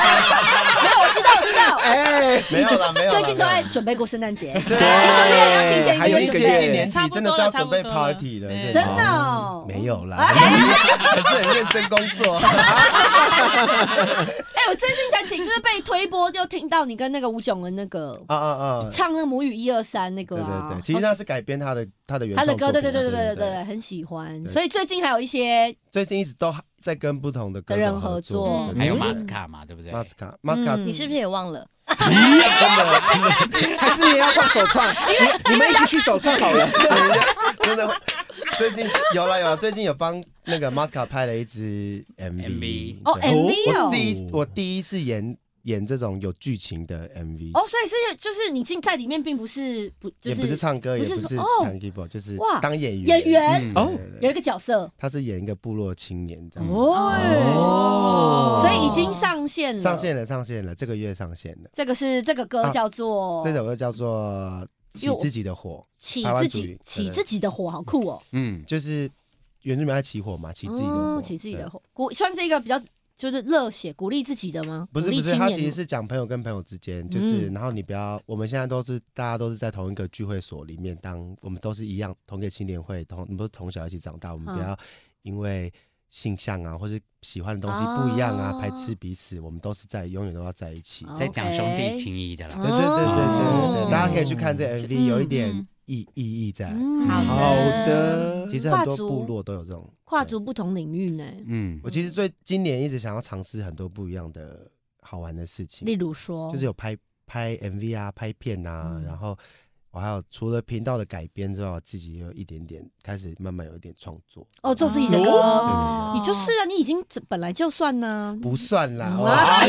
S5: 没有，我知道，我知道。
S3: 哎，
S5: [laughs]
S11: 没有啦，没有啦。
S5: 最近都
S11: 没有
S5: 在
S11: 啦
S5: 准备过圣诞节，哎
S3: 对还有
S5: 一
S3: 一
S5: 个
S3: 个
S11: 接近
S3: 月
S11: 年，底，真的是要准备
S4: 差不多了
S11: party 了，
S4: 对
S11: 这
S5: 真
S11: 种
S5: 的哦
S11: 没有啦，还是很认真工
S5: [laughs]
S11: 作。哦
S5: 哎，我最近才听，就是被推播，就听到你跟那个吴炯的那个
S11: 啊啊啊！
S5: 唱那个母语一二三那个
S11: 对对
S5: 啊
S11: 对，，其实那是改编他的他的原
S5: 他的
S11: 创
S5: 歌，对
S11: 作品
S5: 对
S11: 啊
S5: 对对对
S11: 对
S5: 对对，很喜欢。所以最近还有一些
S11: 最近一直都在跟不同的歌
S5: 跟人
S11: 手
S5: 合
S11: 合
S5: 作
S11: 对对
S2: 还有
S11: 对
S2: 马斯卡嘛，对不对？
S11: 嗯马斯卡马斯卡，
S5: 嗯
S9: 你是不是也忘了？
S5: [laughs]
S11: 真的
S3: 还是也要放首创，你你们一起去首创好了。
S11: 真的，最近有了有啦，最近有帮那个马斯卡拍了一支 MV
S2: MV
S5: 哦
S11: 对
S5: MV 哦
S11: 我第一我第一次演演这种有剧情的 MV，
S5: 哦，所以是就是你进在里面，并不是不就
S11: 也
S5: 是
S11: 不是唱歌，
S5: 不
S11: 也
S5: 是
S11: 不是
S5: 哦
S11: 弹 keyboard，就是
S5: 哇
S11: 当演员
S5: 演员
S2: 嗯
S3: 哦
S11: 对对
S5: 有
S11: 对
S5: 一个角色
S11: 他是演一个部落青年这样子。
S5: 哦，所以已经上线了，
S11: 上线了，上线了，这个月上线了。
S5: 这个是这个歌
S11: 啊
S5: 叫做
S11: 这首歌叫做《起
S5: 哦因为我
S11: 自己的火
S5: 起
S11: 台湾
S5: 自
S11: 主
S5: 己
S11: 语
S5: 起
S11: 对对
S5: 自己的火，好酷哦！
S2: 嗯》，，
S11: 就是原住民爱起火嘛，嗯起自己的火，
S5: 哦起自己的
S11: 对。
S5: 火，鼓算是一个比较就是热血鼓励自己的吗？
S11: 不是
S5: 鼓励
S11: 不是，
S5: 青
S11: 他
S5: 年哦
S11: 其实是讲朋友跟朋友之间，就是、
S5: 嗯
S11: 然后你不要，我们现在都是大家都是在同一个聚会所里面，当我们都是一样同一个青年会，同我们都是从小一起长大，我们
S5: 嗯
S11: 不要因为性向啊或是喜欢的东西不一样啊
S5: 哦
S11: 排斥彼此，我们都是在永远都要在一起。
S5: 哦
S2: 在讲兄
S5: OK
S2: 弟情谊的啦
S5: 哦。
S11: 对对对对对对
S5: 哦
S11: 对，大家可以去看这个 MV，有一
S5: 嗯
S11: 点意意义在。
S5: 嗯
S9: 好
S3: 好的，
S11: 其实很
S5: 跨
S11: 多
S5: 足
S11: 部落都有这种
S5: 跨
S11: 对
S5: 足不同领域呢，
S2: 嗯，
S11: 我其实最今年一直想要尝试很多不一样的好玩的事
S5: 例
S11: 情，
S5: 如说
S11: 就是有拍拍 MV 啊、拍片啊，
S5: 哦嗯
S11: 然后我还有除了频道的改编之外，我自己也有一点点开始慢慢有一点创作。
S5: 哦，做自己的歌，
S4: 哦
S5: 你就是啊，你已经本来就算呢，
S11: 不算啦，
S5: 嗯
S11: 哦
S3: 啊
S5: 哎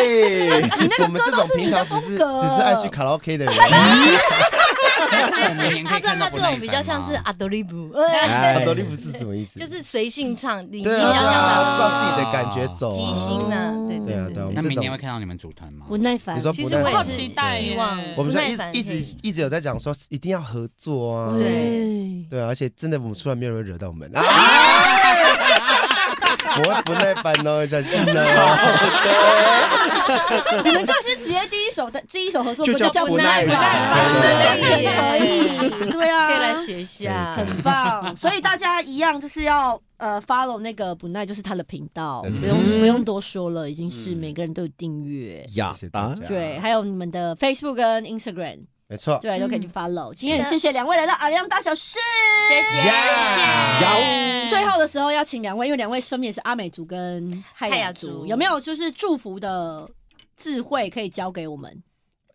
S5: 呦你那个
S11: 我们
S5: 歌
S11: 这
S5: 都
S11: 种
S5: 是你
S11: 平
S5: 的
S11: 常只
S5: 风
S11: 是只
S5: 格
S11: 是爱去卡拉 OK 的人，
S2: 那我们明年可
S9: 他
S2: 以
S9: 这
S2: 看到
S9: 他
S2: 不
S9: 这
S2: 耐
S9: 种比较
S2: 烦
S9: 像
S2: 吗
S9: 是阿德利布， [laughs]
S11: 哎哆利不是什么意思？
S9: 就是随性唱，你你
S11: 对
S9: 要
S11: 啊，
S9: 让他
S11: 照自己的感觉走
S9: 即
S11: 啊。
S9: 兴呢，对
S11: 对啊对啊，我
S9: 对
S11: 们
S2: 那
S11: 这
S2: 明
S11: 种
S2: 年会看到你们组团吗？
S5: 不耐烦
S11: 你。说
S9: 其
S11: 不
S9: 实
S11: 耐
S9: 我也
S11: 烦
S9: 是
S4: 期待
S9: 希
S4: 耶
S9: 望
S11: 我
S9: 不
S11: 们就
S9: 耐
S11: 一直
S9: 烦
S11: 一
S9: 可以
S11: 直一直有在讲说一定要合作啊，
S5: 嗯对，
S11: 对啊，而且真的我们出来没有人惹到我们啊！ [laughs] 我会不耐烦哦，小心哦。
S5: 你们就是直接第一首的第一首合作歌
S3: 就叫
S5: 叫
S3: 不耐
S5: 烦
S3: 烦
S5: 完
S9: 对
S5: 全可以，对啊，
S9: 可以来写一下
S5: 很棒。所以大家一样就是要呃 follow 那个不奈就是他的频道，
S3: 嗯
S5: 不用不用多说了，已经
S11: 嗯
S5: 是每个人都有订阅。
S3: 呀
S11: 谢谢大家
S5: 对，还有你们的 Facebook 跟 Instagram，
S11: 没错，
S5: 对，都可以去 follow。今天也谢谢两位来到阿亮大小事，谢谢。
S3: 呀
S5: 最后的时候要请两位，因为两位分别是阿美族跟泰
S9: 泰
S5: 雅
S9: 雅
S5: 族，
S9: 族
S5: 有没有就是祝福的智慧可以教给我们，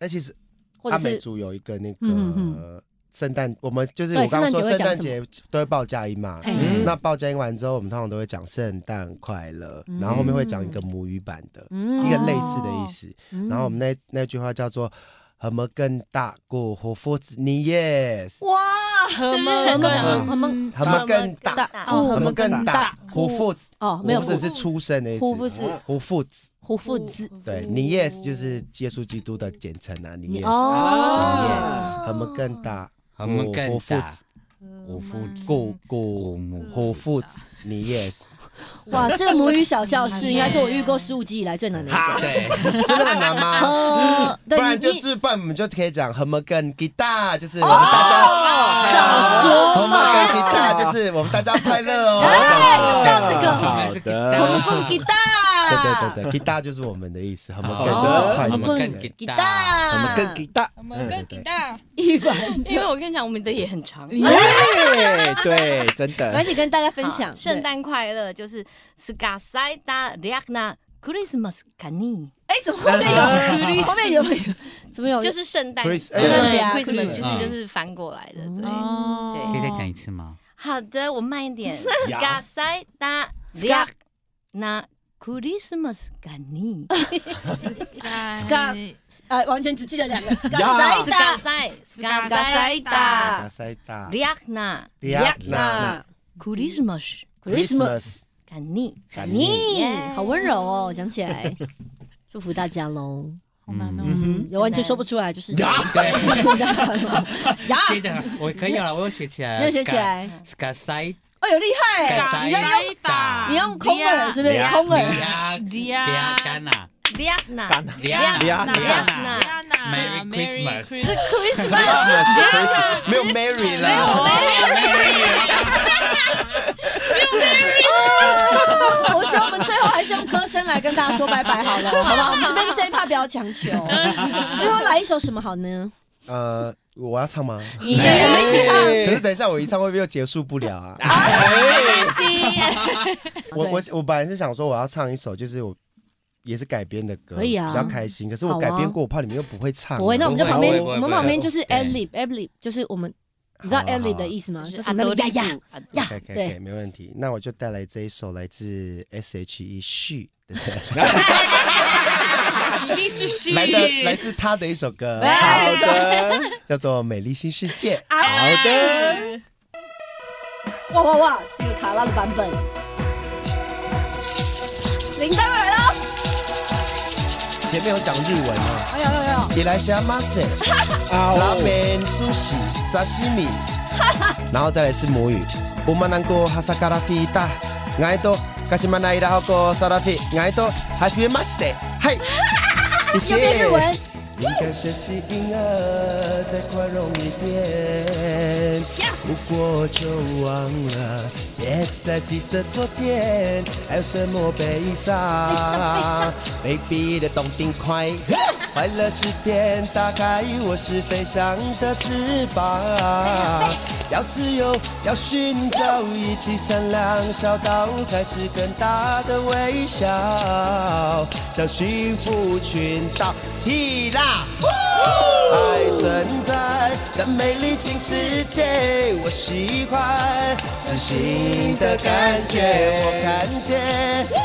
S11: 哎，其实
S5: 或者
S11: 阿美
S5: 是
S11: 族有一个那
S5: 嗯嗯
S11: 个圣诞，我们就是
S5: 对
S11: 我刚刚说
S5: 圣
S11: 圣
S5: 诞
S11: 诞
S5: 节
S11: 节都会报佳音嘛
S5: 哎，
S3: 嗯
S11: 那报佳音完之后，我们通常都会讲圣诞快乐，然后后面会讲一个母语版的，
S5: 嗯
S11: 一个类似的意思。
S5: 嗯
S11: 然后我们那那句话叫做“什么更大过活佛子尼耶”，
S5: 哇，
S4: 是不
S5: 我
S4: 是
S5: 们
S4: 很
S5: 我们
S11: 什么更大，
S5: 哦
S11: 什么更大
S5: 大，
S11: 活佛子
S5: 哦，没有
S11: 活佛子是出生的意思，
S5: 胡夫子
S11: 活佛子
S5: 胡夫子
S11: 对，尼耶就是耶稣基督的简称啊，尼耶。
S5: 哦，
S11: 他们更大，
S2: 我们更
S11: 我父
S2: 大
S11: 子，
S2: 我父子
S11: 过
S2: 我
S11: 过
S2: 母
S11: 我父子，你 yes，
S5: 哇，这个母语小教室应该是我遇过十五集以来最难的一个。
S2: 啊对，
S11: 真的很难吗？
S5: 呃，
S11: 不
S5: 对
S11: 然
S5: 你
S11: 就
S5: 你
S11: 是，不然我们就可以讲 h 们更 g i t a 就是我们大家
S5: 早说
S11: h 们更 g i t a 就是我们大家快乐哦。
S5: 哎，就是要
S11: 这样子
S5: 这个，
S3: 好
S5: 我
S3: 的，
S5: 们蹦吉他，
S11: 对对对对 g i t a 就是我们的意思 h 们更
S3: 好
S11: 就是
S5: 我
S11: 快
S5: 们
S2: 们
S11: 乐
S2: 更
S5: 蹦
S11: 的。
S5: 吉
S2: 大
S5: 他，
S3: 我们更给大，
S4: 我们更给大，
S5: 一百，
S9: 因为我跟你讲，我们的也很长。
S3: 耶，哎对，真
S5: 而
S3: [laughs] 的，
S5: 且跟大家分享
S9: 好圣。诞快乐，就是 Sky Da Riakna Christmas Cani，
S5: 对哎，怎么后面
S11: 哎
S5: 有 [laughs] 后面有怎么有？
S9: 就是圣诞
S11: Chris-
S9: 圣诞节啊
S5: 哎
S9: Christmas，
S5: Christmas
S9: 就是
S2: 嗯
S9: 就是翻过来的。对，
S4: 啊哦
S2: 可以再讲一次吗？
S9: 好的，我慢一点。
S3: 呀
S9: Sky Da Riakna Christmas Cani，
S5: Scar- 呃，完全只记得两
S11: [laughs]
S5: 个。
S3: 呀
S5: 哎
S9: Sky Sky Da
S11: 加塞大
S9: Riakna
S11: ，Rihanna
S9: Christmas
S5: Christmas，
S11: Christmas
S9: Cani
S5: 咦，好温柔哦，讲起
S11: [laughs]
S5: 来，祝福大家喽。
S4: 好难
S11: 嗯
S4: 哦。
S5: 有完全说不出来，就是 [laughs]
S2: 对，
S11: [laughs]
S5: 呀，
S2: 记得我可以了，我有写起来，
S5: 要写起来。
S2: Ska sai
S5: 哦，有厉害！你在
S2: 塞
S5: 用
S2: 大
S5: 你用空耳是不是？空耳。
S2: 呀
S4: ，Dia
S2: 呀干呐
S9: Riakna
S3: 干了，
S2: 呀
S3: 呀呀
S9: Riakna。
S4: Diana，Merry
S2: Merry
S4: Christmas。
S3: Christmas Christmas，没有 Mary 了，
S5: 哦 [laughs] 我觉得我们最后还是用歌声来跟大家说拜拜好了，好不好？我们这边这一趴不要强求。最后来一首什么好呢？
S11: 呃，我要唱吗？
S5: 你的我们一起唱。
S11: 可是等一下我一唱会不会又结束不了啊？
S4: 开心，
S11: 我
S5: 啊对
S11: 我我本来是想说我要唱一首，就是我也是改编的歌，
S5: 可以啊
S11: 比较开心。可是
S5: 好
S11: 我
S5: 啊
S11: 改编过，我怕你们又不会唱啊。
S5: 不会，那我们就旁边，
S2: 不会
S5: 我
S2: 不会
S5: 们
S2: 不会
S5: 旁边就是 ad
S11: 对
S5: lib ad lib，就是我们，你知道
S11: 好啊
S5: ad
S11: 好
S5: lib
S11: 啊
S5: 的意思吗？就是
S9: 阿
S5: 那
S9: 多
S5: 个
S9: 利
S5: 呀呀
S9: 亚，
S5: 呀
S11: OK，OK，
S5: 对
S11: OK，没问题。那我就带来这一首来自 E S.H.E 旭
S5: [laughs]
S11: 的，
S4: 一定是虚。
S11: 来的来自他的一首歌，
S5: 哎啊
S11: 好的，叫做《美丽新世界》。
S3: 好的。
S5: 哇哇哇，是一个卡拉的版本。林哦丹来了，
S11: 前面有讲日文啊。
S5: 哎呦呦呦！
S11: 伊来虾马塞，拉面、苏西、沙西米，然后再来是母语。我们能够哈萨卡拉皮达，爱多卡西马奈拉好过萨拉皮，爱多哈皮马西的，嗨，谢
S5: 有变日文。
S11: 应该学习婴儿再宽容一点，不过就忘了，别再记着昨天，还有什么悲伤？卑鄙的动听快，快乐是天，打开我是飞翔的翅膀，要自由，要寻找，一起善良，小到开始更大的微笑，找幸福寻到，希腊。爱存在在美丽新世界，我喜欢自信的感觉。我看见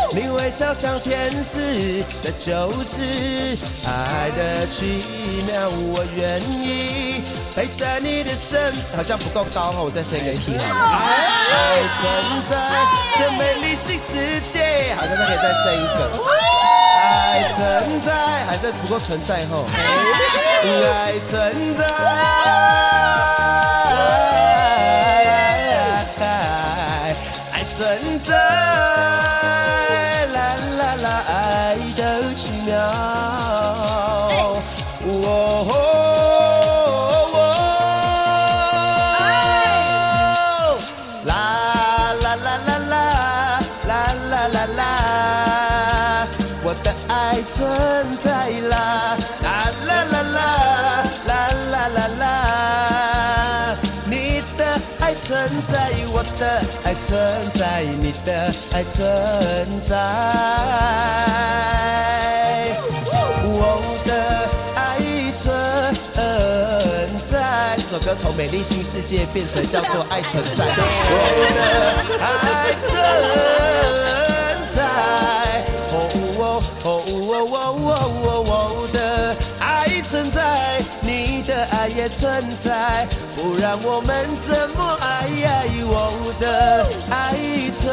S11: 你微笑像天使，这就是爱的奇妙。我愿意陪在你的身，好像不够高哈，我再升个 key 好了。爱存在这美丽新世界，好像再可以再升一个。爱存在，还是不够存在吼。爱存在。爱存在，啦啦啦，爱的奇妙。哦哦哦啦啦啦啦啦，存在我的，爱存在你的，爱存在。我的爱存在。这首歌从美丽新世界变成叫做爱存在。我的爱存在。哦哦哦哦哦哦哦我的爱存在，你的爱也存在，不然我们怎么爱？我的爱存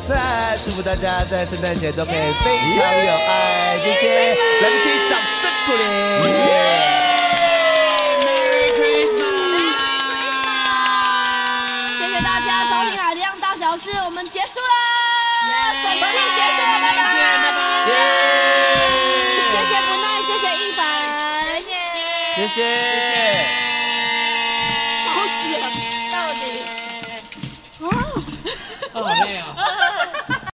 S11: 在。祝福大家在圣诞节都可以非常有爱，谢谢，来我们一起掌声鼓励。
S8: 谢谢大家收听《海的样大小事》，我们结束啦，本期结束了，拜拜。谢谢不耐，谢谢一凡，谢谢。
S11: 谢谢。
S2: 哦